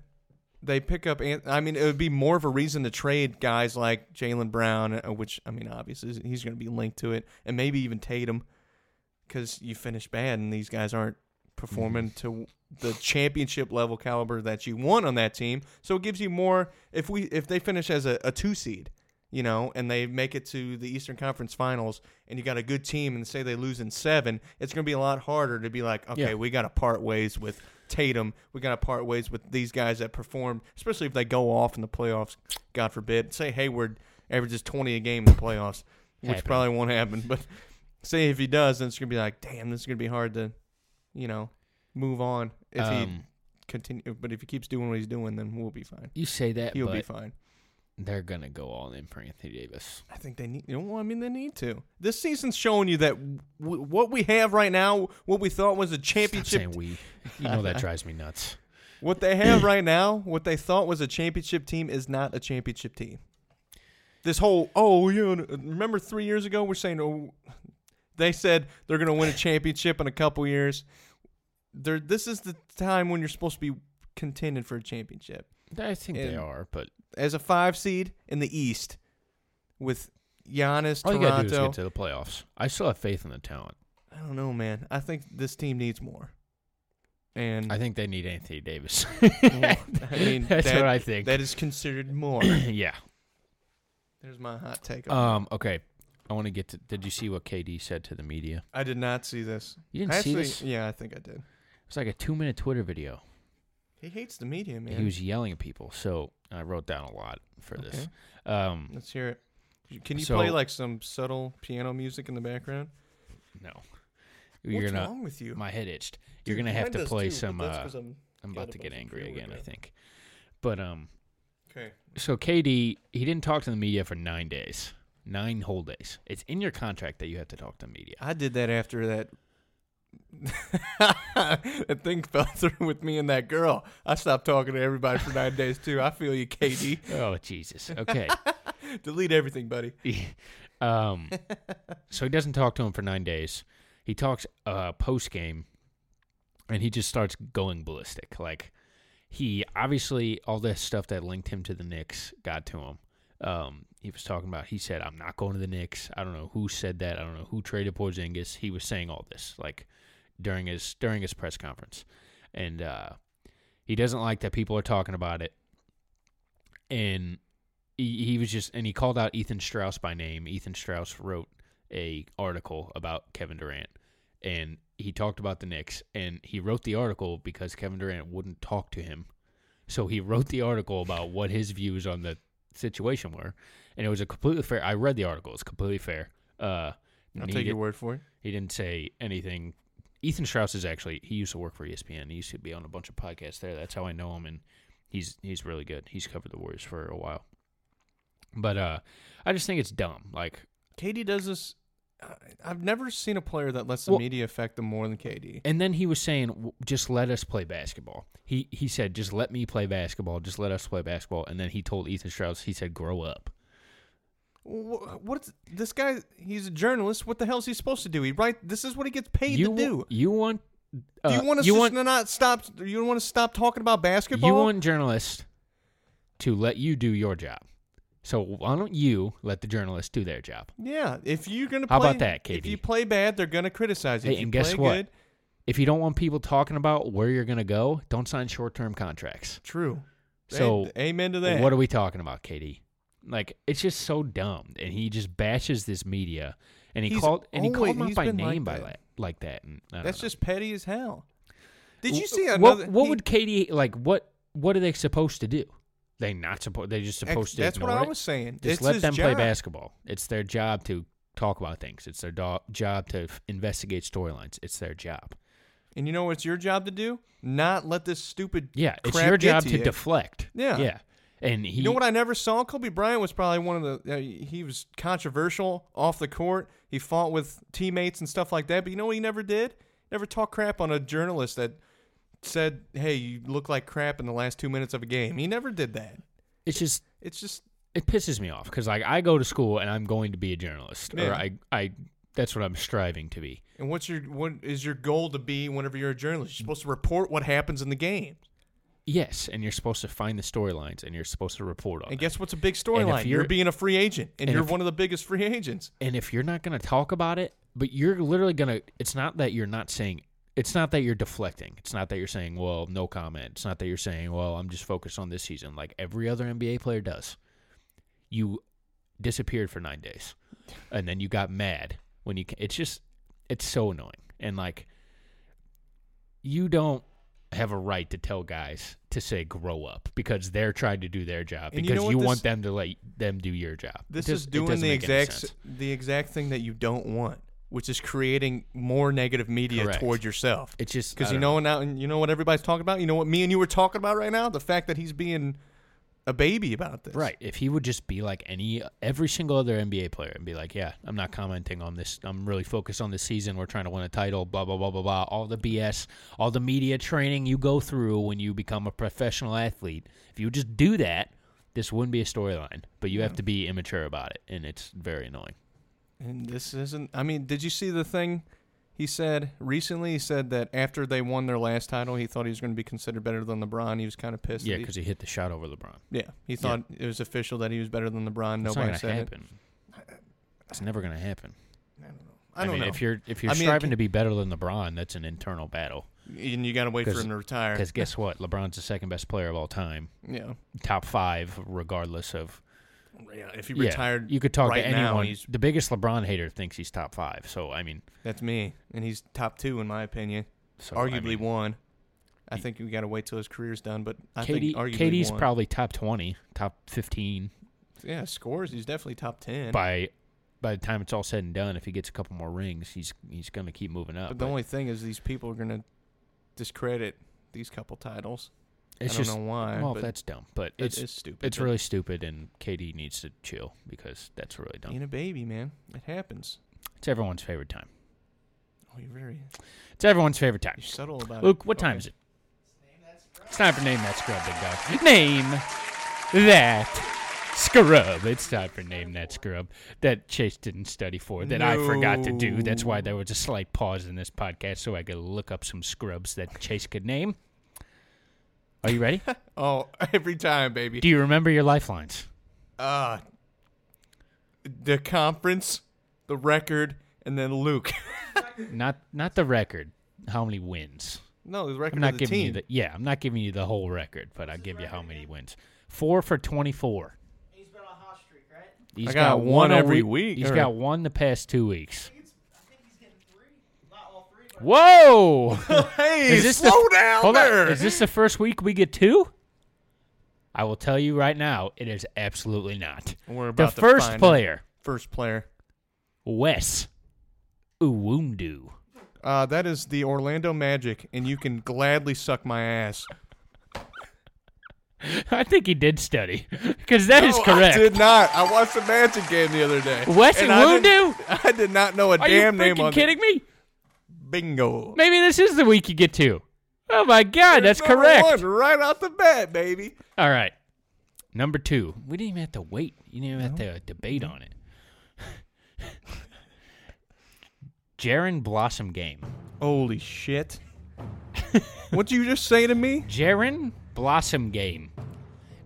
[SPEAKER 1] they pick up, Ant- I mean, it would be more of a reason to trade guys like Jalen Brown, uh, which I mean, obviously he's going to be linked to it, and maybe even Tatum, because you finish bad and these guys aren't performing to the championship level caliber that you want on that team. So it gives you more if we if they finish as a, a two seed. You know, and they make it to the Eastern Conference Finals, and you got a good team, and say they lose in seven, it's going to be a lot harder to be like, okay,
[SPEAKER 3] Yeah.
[SPEAKER 1] we got to part ways with Tatum. We got to part ways with these guys that perform, especially if they go off in the playoffs. God forbid. Say Hayward averages twenty a game in the playoffs, which
[SPEAKER 3] Happening.
[SPEAKER 1] probably won't happen. But say if he does, then it's gonna be like, damn, this is gonna be hard to, you know, move on if he
[SPEAKER 3] Um,
[SPEAKER 1] continue. But if he keeps doing what he's doing, then we'll be fine.
[SPEAKER 3] you say that,
[SPEAKER 1] He'll
[SPEAKER 3] but
[SPEAKER 1] be fine.
[SPEAKER 3] they're going to go all in for Anthony Davis.
[SPEAKER 1] I think they need. You know, well, I mean, they need to. This season's showing you that w- what we have right now, what we thought was a
[SPEAKER 3] Stop saying
[SPEAKER 1] championship
[SPEAKER 3] we. You know that drives me nuts.
[SPEAKER 1] What they have right now, what they thought was a championship team, is not a championship team. This whole oh you know, remember three years ago we're saying oh they said they're gonna win a championship in a couple years. They're, this is the time when you're supposed to be contending for a championship
[SPEAKER 3] I think they
[SPEAKER 1] And-
[SPEAKER 3] are, but
[SPEAKER 1] as a five seed in the East with Giannis
[SPEAKER 3] all you got to do is
[SPEAKER 1] Toronto.
[SPEAKER 3] get to the playoffs. I still have faith in the talent.
[SPEAKER 1] I don't know, man. I think this team needs more. And
[SPEAKER 3] I think they need Anthony Davis. <laughs>
[SPEAKER 1] I mean,
[SPEAKER 3] that's
[SPEAKER 1] that-
[SPEAKER 3] what I think. <clears throat>
[SPEAKER 1] That is considered more.
[SPEAKER 3] yeah.
[SPEAKER 1] There's my hot take. on
[SPEAKER 3] Um. Okay. I want to get to. Did you see what KD said to the media?
[SPEAKER 1] I did not see this.
[SPEAKER 3] You didn't
[SPEAKER 1] I
[SPEAKER 3] see
[SPEAKER 1] actually,
[SPEAKER 3] this?
[SPEAKER 1] Yeah, I think I did.
[SPEAKER 3] It's like a two-minute Twitter video.
[SPEAKER 1] He hates the media, man.
[SPEAKER 3] He was yelling at people. So I wrote down a lot for this. Um.
[SPEAKER 1] Let's hear it. Can you
[SPEAKER 3] So-
[SPEAKER 1] play like some subtle piano music in the background?
[SPEAKER 3] No.
[SPEAKER 1] What's
[SPEAKER 3] gonna.
[SPEAKER 1] wrong with you?
[SPEAKER 3] My head itched. You're
[SPEAKER 1] Dude,
[SPEAKER 3] gonna have
[SPEAKER 1] mine
[SPEAKER 3] to
[SPEAKER 1] does
[SPEAKER 3] play
[SPEAKER 1] too, but
[SPEAKER 3] some.
[SPEAKER 1] that's
[SPEAKER 3] Uh,
[SPEAKER 1] 'cause I'm
[SPEAKER 3] I'm
[SPEAKER 1] got
[SPEAKER 3] about
[SPEAKER 1] a
[SPEAKER 3] to get
[SPEAKER 1] bunch of
[SPEAKER 3] angry
[SPEAKER 1] pre-workout.
[SPEAKER 3] again. I think. But um,
[SPEAKER 1] Okay.
[SPEAKER 3] so KD he didn't talk to the media for nine days, nine whole days. It's in your contract that you have to talk to the media.
[SPEAKER 1] I did that after that. <laughs> that thing <laughs> fell through with me and that girl. I stopped talking to everybody for nine days too. I feel you,
[SPEAKER 3] <laughs>
[SPEAKER 1] KD.
[SPEAKER 3] Oh Jesus. Okay.
[SPEAKER 1] Delete everything, buddy.
[SPEAKER 3] <laughs> um, so he doesn't talk to him for nine days. He talks uh, post game, and he just starts going ballistic. Like he obviously all this stuff that linked him to the Knicks got to him. Um, he was talking about. He said, "I'm not going to the Knicks." I don't know who said that. I don't know who traded Porzingis. He was saying all this like during his during his press conference, and uh, he doesn't like that people are talking about it. And he, he was just and he called out Ethan Strauss by name. Ethan Strauss wrote a article about Kevin Durant and he talked about the Knicks and he wrote the article because Kevin Durant wouldn't talk to him. So he wrote the article about what his views on the situation were and it was a completely fair I read the article, it's completely fair. Uh
[SPEAKER 1] I'll
[SPEAKER 3] needed-
[SPEAKER 1] take your word for it.
[SPEAKER 3] he didn't say anything. Ethan Strauss is actually he used to work for E ESPN. He used to be on a bunch of podcasts there. That's how I know him, and he's he's really good. He's covered the Warriors for a while. But uh, I just think it's dumb. Like
[SPEAKER 1] KD does this. I- I've never seen a player that lets the
[SPEAKER 3] Well-
[SPEAKER 1] media affect them more than KD.
[SPEAKER 3] And then he was saying, "W- "Just let us play basketball." He he said, "Just let me play basketball. Just let us play basketball." And then he told Ethan Strauss, he said, "Grow up."
[SPEAKER 1] Wh- What's this guy? He's a journalist. What the hell is he supposed to do? He write. This is what he gets paid
[SPEAKER 3] you
[SPEAKER 1] to do.
[SPEAKER 3] you want uh,
[SPEAKER 1] do you want us
[SPEAKER 3] you
[SPEAKER 1] just
[SPEAKER 3] want
[SPEAKER 1] to not stop? You want to stop talking about basketball?
[SPEAKER 3] you want journalists to let you do your job. So why don't you let the journalists do their job?
[SPEAKER 1] Yeah. If you're gonna play,
[SPEAKER 3] How about that,
[SPEAKER 1] If
[SPEAKER 3] KD?
[SPEAKER 1] you play bad, they're gonna criticize you.
[SPEAKER 3] Hey,
[SPEAKER 1] if you
[SPEAKER 3] and guess
[SPEAKER 1] play
[SPEAKER 3] what?
[SPEAKER 1] Good,
[SPEAKER 3] if you don't want people talking about where you're going to go, don't sign short term contracts.
[SPEAKER 1] true.
[SPEAKER 3] So,
[SPEAKER 1] A- amen to that.
[SPEAKER 3] What are we talking about, Katie? Like it's just so dumb, and he just bashes this media, and he
[SPEAKER 1] He's
[SPEAKER 3] called and he
[SPEAKER 1] always-
[SPEAKER 3] called him out
[SPEAKER 1] he's
[SPEAKER 3] by
[SPEAKER 1] been like
[SPEAKER 3] name by
[SPEAKER 1] that.
[SPEAKER 3] that, like that. And I don't
[SPEAKER 1] That's
[SPEAKER 3] know.
[SPEAKER 1] just petty as hell. Did you
[SPEAKER 3] Wh-
[SPEAKER 1] see
[SPEAKER 3] what?
[SPEAKER 1] another?
[SPEAKER 3] what
[SPEAKER 1] he-
[SPEAKER 3] would Katie like? What What are they supposed to do? They not supposed. They just
[SPEAKER 1] Ex-
[SPEAKER 3] supposed to.
[SPEAKER 1] that's what
[SPEAKER 3] ignore
[SPEAKER 1] I
[SPEAKER 3] it?
[SPEAKER 1] was saying.
[SPEAKER 3] Just
[SPEAKER 1] It's
[SPEAKER 3] let
[SPEAKER 1] his
[SPEAKER 3] them play
[SPEAKER 1] job.
[SPEAKER 3] basketball. It's their job to talk about things. It's their do- job to f- investigate storylines. It's their job.
[SPEAKER 1] And you know what's your job to do? Not let this stupid
[SPEAKER 3] Yeah, it's
[SPEAKER 1] crap
[SPEAKER 3] your
[SPEAKER 1] get
[SPEAKER 3] job to
[SPEAKER 1] you.
[SPEAKER 3] deflect.
[SPEAKER 1] Yeah.
[SPEAKER 3] yeah. And he,
[SPEAKER 1] you know what I never saw? Kobe Bryant was probably one of the. Uh, he was controversial off the court. He fought with teammates and stuff like that. But you know what he never did? Never talked crap on a journalist that said, "Hey, you look like crap in the last two minutes of a game." He never did that.
[SPEAKER 3] it's just
[SPEAKER 1] It's just
[SPEAKER 3] it pisses me off because like I go to school and I'm going to be a journalist, or
[SPEAKER 1] Yeah.
[SPEAKER 3] I, I that's what I'm striving to be.
[SPEAKER 1] And what's your what is your goal to be whenever you're a journalist? You're supposed to report what happens in the game.
[SPEAKER 3] Yes, and you're supposed to find the storylines and you're supposed to report on. it.
[SPEAKER 1] And guess what's a big
[SPEAKER 3] And if
[SPEAKER 1] storyline? You're,
[SPEAKER 3] you're-
[SPEAKER 1] being a free agent, and,
[SPEAKER 3] and
[SPEAKER 1] you're
[SPEAKER 3] if-
[SPEAKER 1] one of the biggest free agents.
[SPEAKER 3] and if you're not going to talk about it, but you're literally going to, it's not that you're not saying, it's not that you're deflecting. It's not that you're saying, well, no comment. It's not that you're saying, well, I'm just focused on this season, like every other NBA player does. You disappeared for nine days, and then you got mad when you. ca- It's just, it's so annoying, and like, you don't have a right to tell guys to say grow up because they're trying to do their job
[SPEAKER 1] And you
[SPEAKER 3] because you,
[SPEAKER 1] know what this-
[SPEAKER 3] want them to let them do your job. It
[SPEAKER 1] This
[SPEAKER 3] does-
[SPEAKER 1] is
[SPEAKER 3] it
[SPEAKER 1] doing
[SPEAKER 3] doesn't
[SPEAKER 1] the
[SPEAKER 3] make any
[SPEAKER 1] exact
[SPEAKER 3] sense.
[SPEAKER 1] s- the exact thing that you don't want, which is creating more negative media
[SPEAKER 3] Correct.
[SPEAKER 1] toward yourself.
[SPEAKER 3] It's just I
[SPEAKER 1] because you
[SPEAKER 3] don't
[SPEAKER 1] know now, and you know what everybody's talking about. You know what me and you were talking about right now? The fact that he's being a baby about this.
[SPEAKER 3] Right. If he would just be like any every single other NBA player and be like, "Yeah, I'm not commenting on this. I'm really focused on this season. We're trying to win a title. Blah blah blah blah blah. All the BS, all the media training you go through when you become a professional athlete. If you would just do that, this wouldn't be a storyline. But you have to be immature about it, and it's very annoying.
[SPEAKER 1] And this isn't. I mean, did you see the thing he said recently? He said that after they won their last title, he thought he was going to be considered better than LeBron. He was kind of pissed.
[SPEAKER 3] Yeah,
[SPEAKER 1] that he-
[SPEAKER 3] because he hit the shot over LeBron.
[SPEAKER 1] yeah, he thought it was official that he was better than LeBron.
[SPEAKER 3] It's
[SPEAKER 1] Nobody
[SPEAKER 3] not
[SPEAKER 1] said
[SPEAKER 3] gonna
[SPEAKER 1] it.
[SPEAKER 3] happen. It's never gonna happen.
[SPEAKER 1] I don't
[SPEAKER 3] mean,
[SPEAKER 1] know.
[SPEAKER 3] if you're if you're
[SPEAKER 1] I mean, it
[SPEAKER 3] striving
[SPEAKER 1] can-
[SPEAKER 3] to be better than LeBron, that's an internal battle.
[SPEAKER 1] and you got to wait for
[SPEAKER 3] 'Cause-
[SPEAKER 1] him to retire.
[SPEAKER 3] Because guess what? LeBron's the second best player of all time.
[SPEAKER 1] Yeah,
[SPEAKER 3] top five, regardless of
[SPEAKER 1] yeah. If he
[SPEAKER 3] yeah,
[SPEAKER 1] retired,
[SPEAKER 3] You could talk
[SPEAKER 1] right
[SPEAKER 3] to
[SPEAKER 1] now,
[SPEAKER 3] anyone.
[SPEAKER 1] he's-
[SPEAKER 3] the biggest LeBron hater thinks he's top five. So I mean,
[SPEAKER 1] that's me, and he's top two in my opinion.
[SPEAKER 3] so, I
[SPEAKER 1] arguably
[SPEAKER 3] mean,
[SPEAKER 1] one. I think we got to wait till his career's done, but I
[SPEAKER 3] KD,
[SPEAKER 1] think arguably
[SPEAKER 3] KD's
[SPEAKER 1] one.
[SPEAKER 3] probably top twenty, top fifteen
[SPEAKER 1] yeah scores. He's definitely top ten.
[SPEAKER 3] by by the time it's all said and done. If he gets a couple more rings, he's he's gonna keep moving up.
[SPEAKER 1] but the only thing is, these people are gonna discredit these couple titles.
[SPEAKER 3] It's
[SPEAKER 1] I don't
[SPEAKER 3] just,
[SPEAKER 1] know why,
[SPEAKER 3] Well,
[SPEAKER 1] but
[SPEAKER 3] that's dumb, but
[SPEAKER 1] it
[SPEAKER 3] it's
[SPEAKER 1] is stupid,
[SPEAKER 3] It's
[SPEAKER 1] but-
[SPEAKER 3] really stupid, and Katie needs to chill because that's really dumb.
[SPEAKER 1] Being a baby, man, it happens.
[SPEAKER 3] It's everyone's favorite time.
[SPEAKER 1] Oh, you're very
[SPEAKER 3] It's everyone's favorite time.
[SPEAKER 1] you're subtle about it.
[SPEAKER 3] Luke, what time
[SPEAKER 1] Okay.
[SPEAKER 3] is it? It's time for name that scrub, big dog. Name that scrub. It's time for name that scrub that Chase didn't study for that I forgot to do. That's why there was a slight pause in this podcast so I could look up some scrubs that Chase could name. Are you ready?
[SPEAKER 1] Oh, <laughs> every time, baby.
[SPEAKER 3] do you remember your lifelines?
[SPEAKER 1] uh the conference, the record, and then Luke. <laughs>
[SPEAKER 3] Not not the record. How many wins?
[SPEAKER 1] no, the
[SPEAKER 3] I'm
[SPEAKER 1] record
[SPEAKER 3] not
[SPEAKER 1] of the
[SPEAKER 3] giving
[SPEAKER 1] team.
[SPEAKER 3] you the yeah. I'm not giving you the whole record, but I'll give you how many wins. Four for twenty-four. He's
[SPEAKER 1] I
[SPEAKER 3] been on a hot
[SPEAKER 1] got
[SPEAKER 3] streak, right? He's got,
[SPEAKER 1] one
[SPEAKER 3] a
[SPEAKER 1] every
[SPEAKER 3] wee-
[SPEAKER 1] week,
[SPEAKER 3] He's
[SPEAKER 1] or-
[SPEAKER 3] got one the past two weeks. Whoa!
[SPEAKER 1] <laughs> hey,
[SPEAKER 3] Is this the-
[SPEAKER 1] slow down
[SPEAKER 3] hold on,
[SPEAKER 1] there.
[SPEAKER 3] Is this the first week we get two? I will tell you right now, it is absolutely not.
[SPEAKER 1] We're
[SPEAKER 3] The
[SPEAKER 1] about to
[SPEAKER 3] first
[SPEAKER 1] find out.
[SPEAKER 3] player,
[SPEAKER 1] First player.
[SPEAKER 3] Wes Uwundu. <laughs>
[SPEAKER 1] Uh, that is the Orlando Magic, and you can gladly suck my ass.
[SPEAKER 3] I think he did study because that is
[SPEAKER 1] No,
[SPEAKER 3] correct.
[SPEAKER 1] Oh, I did not. I watched the Magic game the other day.
[SPEAKER 3] Wes
[SPEAKER 1] and I
[SPEAKER 3] Iwundu?
[SPEAKER 1] didn't- I did not know a
[SPEAKER 3] Are
[SPEAKER 1] damn
[SPEAKER 3] you
[SPEAKER 1] name
[SPEAKER 3] freaking
[SPEAKER 1] on the-
[SPEAKER 3] kidding me?
[SPEAKER 1] Bingo.
[SPEAKER 3] Maybe this is the week you get to. Oh my God, that's
[SPEAKER 1] Number
[SPEAKER 3] correct.
[SPEAKER 1] one, right out the bat, baby.
[SPEAKER 3] All right. Number two. We didn't even have to wait. You didn't even have to debate on it. <laughs> Jaren Blossom game. <laughs>
[SPEAKER 1] Holy shit. What'd you just say to me?
[SPEAKER 3] Jaren Blossom game.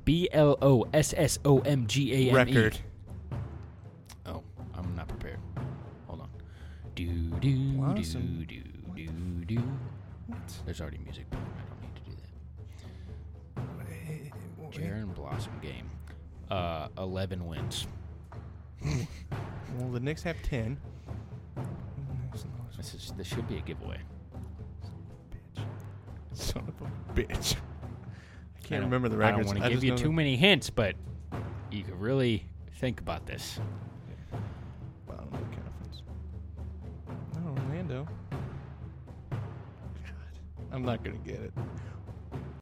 [SPEAKER 3] B L O S S O M G A M E.
[SPEAKER 1] Record.
[SPEAKER 3] Oh, I'm not prepared. Hold on. Do do do
[SPEAKER 1] Blossom.
[SPEAKER 3] do do do. There's already music. playing. I don't need to do that. Jaren Blossom game. Uh, 11 wins.
[SPEAKER 1] Well, the Knicks have 10.
[SPEAKER 3] This is this should be a giveaway.
[SPEAKER 1] Son of a bitch. I
[SPEAKER 3] I
[SPEAKER 1] can't
[SPEAKER 3] don't-
[SPEAKER 1] remember the
[SPEAKER 3] I
[SPEAKER 1] records.
[SPEAKER 3] don't want to give
[SPEAKER 1] just
[SPEAKER 3] you
[SPEAKER 1] know
[SPEAKER 3] too many hints, but you could really think about this.
[SPEAKER 1] that- I don't know the conference. No, Orlando. God. I'm not going to get it.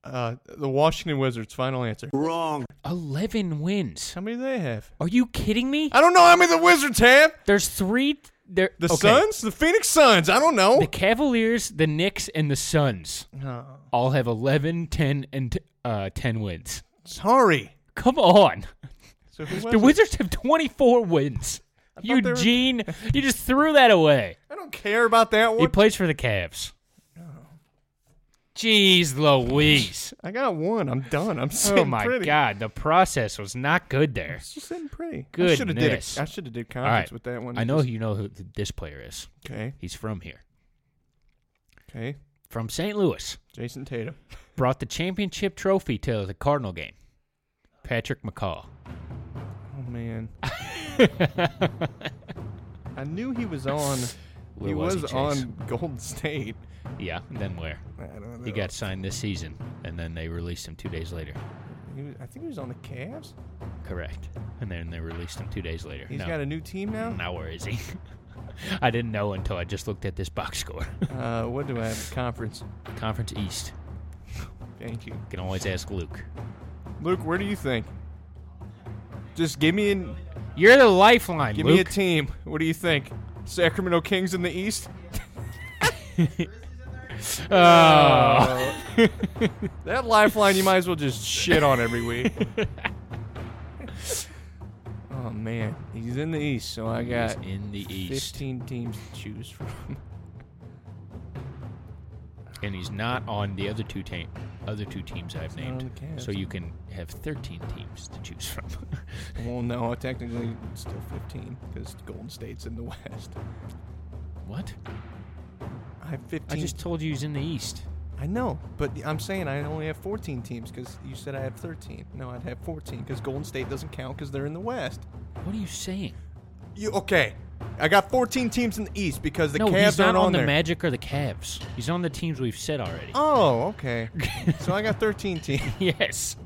[SPEAKER 1] Uh, the Washington Wizards, final answer.
[SPEAKER 3] Eleven wins.
[SPEAKER 1] How many do they have?
[SPEAKER 3] Are you kidding me?
[SPEAKER 1] I don't know how many the Wizards have.
[SPEAKER 3] There's three. There.
[SPEAKER 1] The
[SPEAKER 3] okay.
[SPEAKER 1] Suns? The Phoenix Suns. I don't know.
[SPEAKER 3] the Cavaliers, the Knicks, and the Suns
[SPEAKER 1] No.
[SPEAKER 3] all have 11, 10, and uh, 10 wins.
[SPEAKER 1] Sorry.
[SPEAKER 3] Come on.
[SPEAKER 1] So who was
[SPEAKER 3] The
[SPEAKER 1] it?
[SPEAKER 3] Wizards have 24 wins.
[SPEAKER 1] they were- <laughs>
[SPEAKER 3] Eugene, you just threw that away.
[SPEAKER 1] I don't care about that
[SPEAKER 3] He
[SPEAKER 1] one.
[SPEAKER 3] plays for the Cavs. Jeez
[SPEAKER 1] <laughs>
[SPEAKER 3] Louise.
[SPEAKER 1] I got one. I'm done. I'm sitting
[SPEAKER 3] Oh my
[SPEAKER 1] pretty.
[SPEAKER 3] god, the process was not good there.
[SPEAKER 1] I'm just sitting pretty. I should have did.
[SPEAKER 3] Goodness.
[SPEAKER 1] A, I should have did
[SPEAKER 3] All
[SPEAKER 1] conference
[SPEAKER 3] right,
[SPEAKER 1] with that one.
[SPEAKER 3] I know
[SPEAKER 1] Just-
[SPEAKER 3] you know who th- this player is.
[SPEAKER 1] Okay.
[SPEAKER 3] He's from here,
[SPEAKER 1] Okay.
[SPEAKER 3] from St. Louis.
[SPEAKER 1] Jason Tatum.
[SPEAKER 3] Brought the championship trophy to the Cardinal game. Patrick McCall.
[SPEAKER 1] Oh
[SPEAKER 3] <laughs>
[SPEAKER 1] man. I knew he was on.
[SPEAKER 3] Where
[SPEAKER 1] he
[SPEAKER 3] was he,
[SPEAKER 1] was
[SPEAKER 3] Chase?
[SPEAKER 1] on Golden State.
[SPEAKER 3] Yeah, and then where?
[SPEAKER 1] I don't know.
[SPEAKER 3] He got signed this season, and then they released him two days later.
[SPEAKER 1] He was, I think he was on the Cavs.
[SPEAKER 3] Correct. And then they released him two days later.
[SPEAKER 1] He's
[SPEAKER 3] no.
[SPEAKER 1] got a new team now.
[SPEAKER 3] <laughs> now where is he? <laughs> I didn't know until I just looked at this box score. <laughs>
[SPEAKER 1] Uh, what do I have? Conference.
[SPEAKER 3] Conference East.
[SPEAKER 1] Thank you,
[SPEAKER 3] You can always ask Luke.
[SPEAKER 1] Luke. Where do you think? Just give me an,
[SPEAKER 3] You're the lifeline,
[SPEAKER 1] give me a
[SPEAKER 3] Luke.
[SPEAKER 1] team. What do you think? Sacramento Kings in the East. <laughs>
[SPEAKER 3] oh.
[SPEAKER 1] <laughs> That lifeline you might as well just shit on every <laughs> week. oh man, he's in the East, so I
[SPEAKER 3] He's
[SPEAKER 1] got
[SPEAKER 3] in the East,
[SPEAKER 1] 15 teams to choose from.
[SPEAKER 3] and he's not on the other two team, other two teams I've
[SPEAKER 1] not on
[SPEAKER 3] named.
[SPEAKER 1] the Cavs.
[SPEAKER 3] So you can have 13 teams to choose from. <laughs>
[SPEAKER 1] well, no, technically it's still 15 because Golden State's in the West.
[SPEAKER 3] what?
[SPEAKER 1] I have 15.
[SPEAKER 3] I just told you he's in the East.
[SPEAKER 1] I know, but I'm saying I only have 14 teams because you said I had 13. No, I'd have 14 because Golden State doesn't count because they're in the West.
[SPEAKER 3] What are you saying?
[SPEAKER 1] You okay? I got 14 teams in the East because the
[SPEAKER 3] no,
[SPEAKER 1] Cavs
[SPEAKER 3] he's not
[SPEAKER 1] aren't
[SPEAKER 3] on,
[SPEAKER 1] on,
[SPEAKER 3] the
[SPEAKER 1] there.
[SPEAKER 3] Magic or the Cavs. He's on the teams we've said already.
[SPEAKER 1] Oh,
[SPEAKER 3] <laughs>
[SPEAKER 1] okay. so I got 13 teams.
[SPEAKER 3] Yes.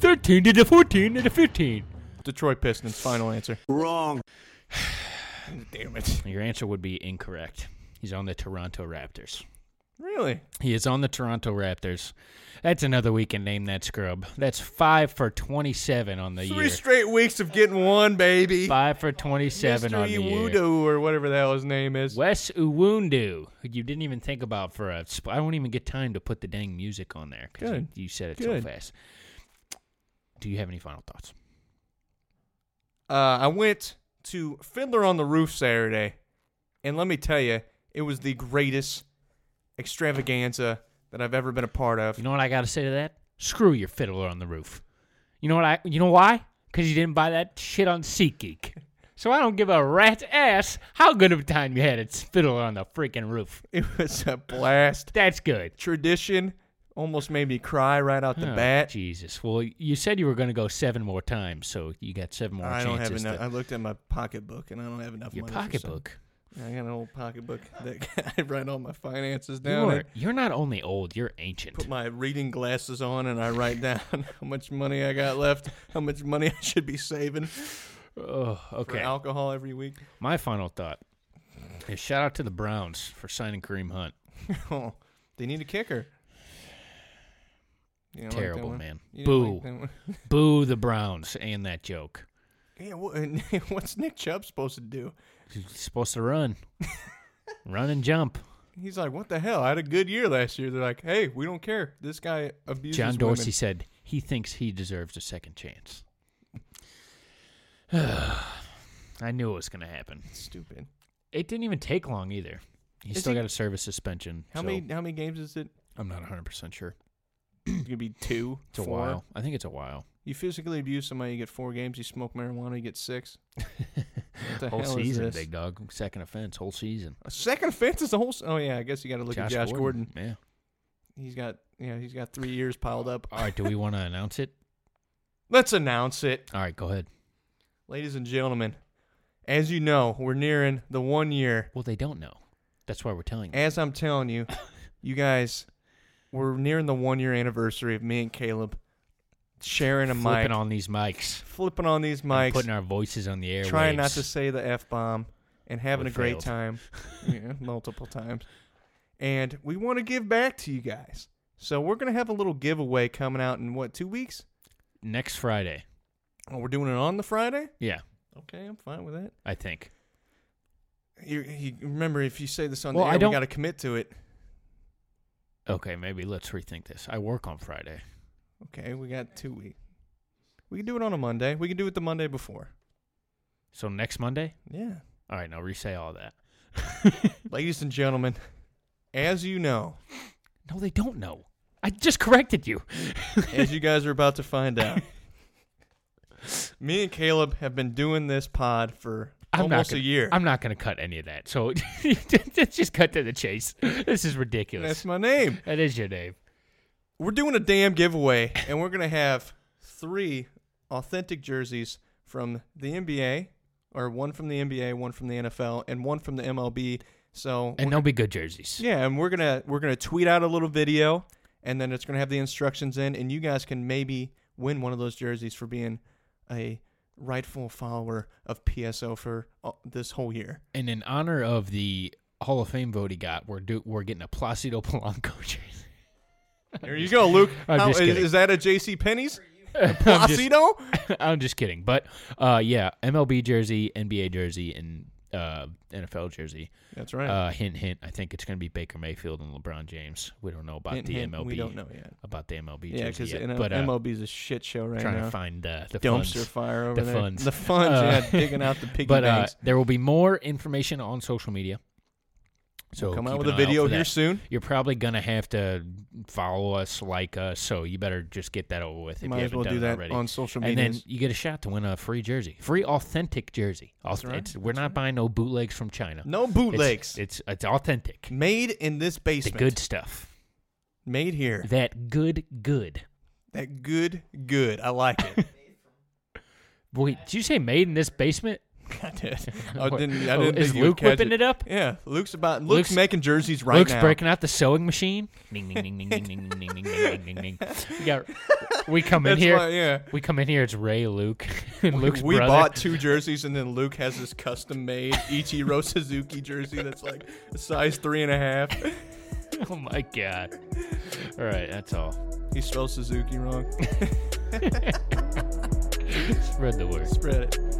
[SPEAKER 3] 13 to the 14 to the 15.
[SPEAKER 1] Detroit Pistons. Final answer. <sighs> Wrong. Damn it.
[SPEAKER 3] Your answer would be incorrect. He's on the Toronto Raptors.
[SPEAKER 1] Really?
[SPEAKER 3] He is on the Toronto Raptors. That's another we can name that scrub. That's five for 27 on the
[SPEAKER 1] Three
[SPEAKER 3] year.
[SPEAKER 1] straight weeks of getting one, baby.
[SPEAKER 3] Five for 27
[SPEAKER 1] Mr.
[SPEAKER 3] on the year.
[SPEAKER 1] Iwudo or whatever the hell his name is.
[SPEAKER 3] Wes Uwundu, who you didn't even think about for a. Sp- I won't even get time to put the dang music on there because you,
[SPEAKER 1] Good.
[SPEAKER 3] you said it
[SPEAKER 1] Good.
[SPEAKER 3] so fast. Do you have any final thoughts?
[SPEAKER 1] Uh, I went to Fiddler on the Roof Saturday, and let me tell you, it was the greatest extravaganza that I've ever been a part of.
[SPEAKER 3] You know what I got to say to that? Screw your fiddler on the roof. You know what I? You know why? Because you didn't buy that shit on SeatGeek. So I don't give a rat's ass how good of a time you had at fiddler on the freaking roof.
[SPEAKER 1] It was a blast.
[SPEAKER 3] That's good.
[SPEAKER 1] Tradition almost made me cry right out the
[SPEAKER 3] Oh,
[SPEAKER 1] bat.
[SPEAKER 3] Jesus. Well, you said you were going to go seven more times, so you got seven more
[SPEAKER 1] I don't have
[SPEAKER 3] chances.
[SPEAKER 1] enough.
[SPEAKER 3] to-
[SPEAKER 1] I looked at my pocketbook, and I don't have enough
[SPEAKER 3] oh, your
[SPEAKER 1] money. for something.
[SPEAKER 3] pocketbook.
[SPEAKER 1] I got an old pocketbook that <laughs> I write all my finances down.
[SPEAKER 3] You
[SPEAKER 1] in.
[SPEAKER 3] are, you're not only old, you're ancient.
[SPEAKER 1] put my reading glasses on and I write <laughs> down how much money I got left, how much money I should be saving
[SPEAKER 3] oh,
[SPEAKER 1] for
[SPEAKER 3] okay.
[SPEAKER 1] alcohol every week.
[SPEAKER 3] My final thought is shout out to the Browns for signing Kareem Hunt.
[SPEAKER 1] <laughs> Oh, they need a kicker. You don't like that
[SPEAKER 3] Terrible,
[SPEAKER 1] one?
[SPEAKER 3] man.
[SPEAKER 1] You don't
[SPEAKER 3] Boo.
[SPEAKER 1] like that one? <laughs>
[SPEAKER 3] Boo the Browns and that joke.
[SPEAKER 1] yeah, wha- <laughs> what's Nick Chubb supposed to do?
[SPEAKER 3] He's supposed to run, <laughs> run and jump.
[SPEAKER 1] He's like, what the hell? I had a good year last year. They're like, hey, we don't care. This guy abuses
[SPEAKER 3] John
[SPEAKER 1] women.
[SPEAKER 3] Dorsey said he thinks he deserves a second chance. <sighs> I knew it was going to happen.
[SPEAKER 1] Stupid.
[SPEAKER 3] It didn't even take long either. He
[SPEAKER 1] Is
[SPEAKER 3] still
[SPEAKER 1] he-
[SPEAKER 3] got a service suspension.
[SPEAKER 1] How
[SPEAKER 3] so
[SPEAKER 1] many how many games is it? <clears throat>
[SPEAKER 3] I'm not 100 percent sure.
[SPEAKER 1] It's gonna be two.
[SPEAKER 3] It's a
[SPEAKER 1] four.
[SPEAKER 3] while. I think it's a while.
[SPEAKER 1] You physically abuse somebody, you get four games. You smoke marijuana, you
[SPEAKER 3] <laughs>
[SPEAKER 1] get six. What the
[SPEAKER 3] whole
[SPEAKER 1] hell is
[SPEAKER 3] season,
[SPEAKER 1] this?
[SPEAKER 3] big dog. Second offense, whole season.
[SPEAKER 1] A second offense is the whole. s- Oh yeah, I guess you got to look at Josh Gordon.
[SPEAKER 3] Yeah.
[SPEAKER 1] He's got yeah, he's got three years piled up.
[SPEAKER 3] All right. Do we want to announce it?
[SPEAKER 1] Let's announce it,
[SPEAKER 3] All right. Go ahead.
[SPEAKER 1] ladies and gentlemen. As you know, we're nearing the one year.
[SPEAKER 3] Well, they don't know. That's why we're telling them.
[SPEAKER 1] As I'm telling you, <coughs> you guys, we're nearing the one year anniversary of me and Caleb sharing a
[SPEAKER 3] Flipping
[SPEAKER 1] mic,
[SPEAKER 3] on these mics.
[SPEAKER 1] flipping on these
[SPEAKER 3] and
[SPEAKER 1] mics,
[SPEAKER 3] Putting our voices on the air.
[SPEAKER 1] trying not to say the f bomb, and having
[SPEAKER 3] We
[SPEAKER 1] a great
[SPEAKER 3] failed. <laughs>
[SPEAKER 1] time, yeah, multiple times. And we want to give back to you guys, so we're gonna have a little giveaway coming out in what two weeks.
[SPEAKER 3] Next Friday.
[SPEAKER 1] Oh, we're doing it on the Friday?
[SPEAKER 3] Yeah.
[SPEAKER 1] Okay, I'm fine with that.
[SPEAKER 3] I think.
[SPEAKER 1] You, you remember if you say this on
[SPEAKER 3] Well,
[SPEAKER 1] the
[SPEAKER 3] I
[SPEAKER 1] air,
[SPEAKER 3] don't-
[SPEAKER 1] we got to commit to it.
[SPEAKER 3] Okay, maybe let's rethink this. I work on Friday.
[SPEAKER 1] Okay, we got two weeks. We can do it on a Monday. We can do it the Monday before.
[SPEAKER 3] So next Monday? <laughs>
[SPEAKER 1] Yeah.
[SPEAKER 3] All right, now re-say all that. <laughs>
[SPEAKER 1] Ladies and gentlemen, as you know,
[SPEAKER 3] No, they don't know. I just corrected you. <laughs>
[SPEAKER 1] as you guys are about to find out, me and Caleb have been doing this pod for
[SPEAKER 3] I'm not
[SPEAKER 1] almost
[SPEAKER 3] gonna,
[SPEAKER 1] a year.
[SPEAKER 3] I'm not going to cut any of that. So <laughs> let's just cut to the chase. <laughs> This is ridiculous.
[SPEAKER 1] That's my name.
[SPEAKER 3] That is your name.
[SPEAKER 1] We're doing a damn giveaway, and we're gonna have three authentic jerseys from the NBA, or one from the NBA, one from the NFL, and one from the MLB. So
[SPEAKER 3] And they'll be good jerseys.
[SPEAKER 1] yeah, and we're gonna we're gonna tweet out a little video, and then it's gonna have the instructions in, and you guys can maybe win one of those jerseys for being a rightful follower of PSO for uh, this whole year.
[SPEAKER 3] And in honor of the Hall of Fame vote he got, we're do, we're getting a Placido Polanco <laughs> jersey.
[SPEAKER 1] <laughs> There you go, Luke.
[SPEAKER 3] I'm
[SPEAKER 1] How-
[SPEAKER 3] just
[SPEAKER 1] is,
[SPEAKER 3] kidding.
[SPEAKER 1] is that a JC Penney's?
[SPEAKER 3] <laughs> I'm just-
[SPEAKER 1] Placido?
[SPEAKER 3] I'm just kidding, but uh, yeah, MLB jersey, NBA jersey, and uh, NFL jersey.
[SPEAKER 1] That's right.
[SPEAKER 3] Uh, hint, hint. I think it's going to be Baker Mayfield and LeBron James. We don't know about
[SPEAKER 1] Hint,
[SPEAKER 3] the
[SPEAKER 1] hint,
[SPEAKER 3] MLB.
[SPEAKER 1] we don't know yet.
[SPEAKER 3] about the MLB. jersey
[SPEAKER 1] Yeah, because
[SPEAKER 3] yet,
[SPEAKER 1] MLB
[SPEAKER 3] but, uh,
[SPEAKER 1] MLB's a shit show right
[SPEAKER 3] trying
[SPEAKER 1] now.
[SPEAKER 3] to find uh, the
[SPEAKER 1] Dumpster
[SPEAKER 3] funds.
[SPEAKER 1] fire over
[SPEAKER 3] the
[SPEAKER 1] there.
[SPEAKER 3] funds. Uh,
[SPEAKER 1] The funds, yeah, digging out
[SPEAKER 3] <laughs>
[SPEAKER 1] the piggy
[SPEAKER 3] But
[SPEAKER 1] banks.
[SPEAKER 3] Uh, there will be more information on social media. So
[SPEAKER 1] come
[SPEAKER 3] keep
[SPEAKER 1] out with
[SPEAKER 3] an eye
[SPEAKER 1] a
[SPEAKER 3] out
[SPEAKER 1] video
[SPEAKER 3] for
[SPEAKER 1] here
[SPEAKER 3] that.
[SPEAKER 1] soon.
[SPEAKER 3] You're probably gonna have to follow us, like us. So you better just get that over with. If
[SPEAKER 1] Might
[SPEAKER 3] you
[SPEAKER 1] as
[SPEAKER 3] haven't
[SPEAKER 1] well
[SPEAKER 3] done
[SPEAKER 1] do
[SPEAKER 3] it
[SPEAKER 1] that
[SPEAKER 3] already.
[SPEAKER 1] on social
[SPEAKER 3] And then
[SPEAKER 1] medias.
[SPEAKER 3] you get a shot to win a free jersey, free authentic jersey. Auth-
[SPEAKER 1] right,
[SPEAKER 3] it's- we're not buying no bootlegs from China.
[SPEAKER 1] No
[SPEAKER 3] It's-
[SPEAKER 1] bootlegs.
[SPEAKER 3] It's it's, authentic.
[SPEAKER 1] made in this
[SPEAKER 3] The
[SPEAKER 1] basement.
[SPEAKER 3] good stuff.
[SPEAKER 1] Made here.
[SPEAKER 3] That good good.
[SPEAKER 1] That good, good. I like
[SPEAKER 3] <laughs>
[SPEAKER 1] it.
[SPEAKER 3] Wait, did you say made in this basement?
[SPEAKER 1] I did. I didn't. I
[SPEAKER 3] Oh,
[SPEAKER 1] didn't
[SPEAKER 3] is
[SPEAKER 1] think you would
[SPEAKER 3] Luke
[SPEAKER 1] catch
[SPEAKER 3] whipping it up?
[SPEAKER 1] Yeah, Luke's about. Luke's,
[SPEAKER 3] Luke's-
[SPEAKER 1] making jerseys right
[SPEAKER 3] Luke's
[SPEAKER 1] now.
[SPEAKER 3] breaking out the sewing machine. Ding, ding, ding, ding, ding, ding, ding, ding, ding, ding, ding, ding. We got- we come in
[SPEAKER 1] That's
[SPEAKER 3] here.
[SPEAKER 1] why, yeah.
[SPEAKER 3] We come in here. It's Ray, Luke, <laughs> and Luke's
[SPEAKER 1] we
[SPEAKER 3] brother.
[SPEAKER 1] bought two jerseys, and then Luke has this custom-made Ichiro Suzuki jersey that's like a size three and a half.
[SPEAKER 3] <laughs> oh my god. All right, that's all.
[SPEAKER 1] He spelled Suzuki wrong.
[SPEAKER 3] Spread the word.
[SPEAKER 1] Spread it.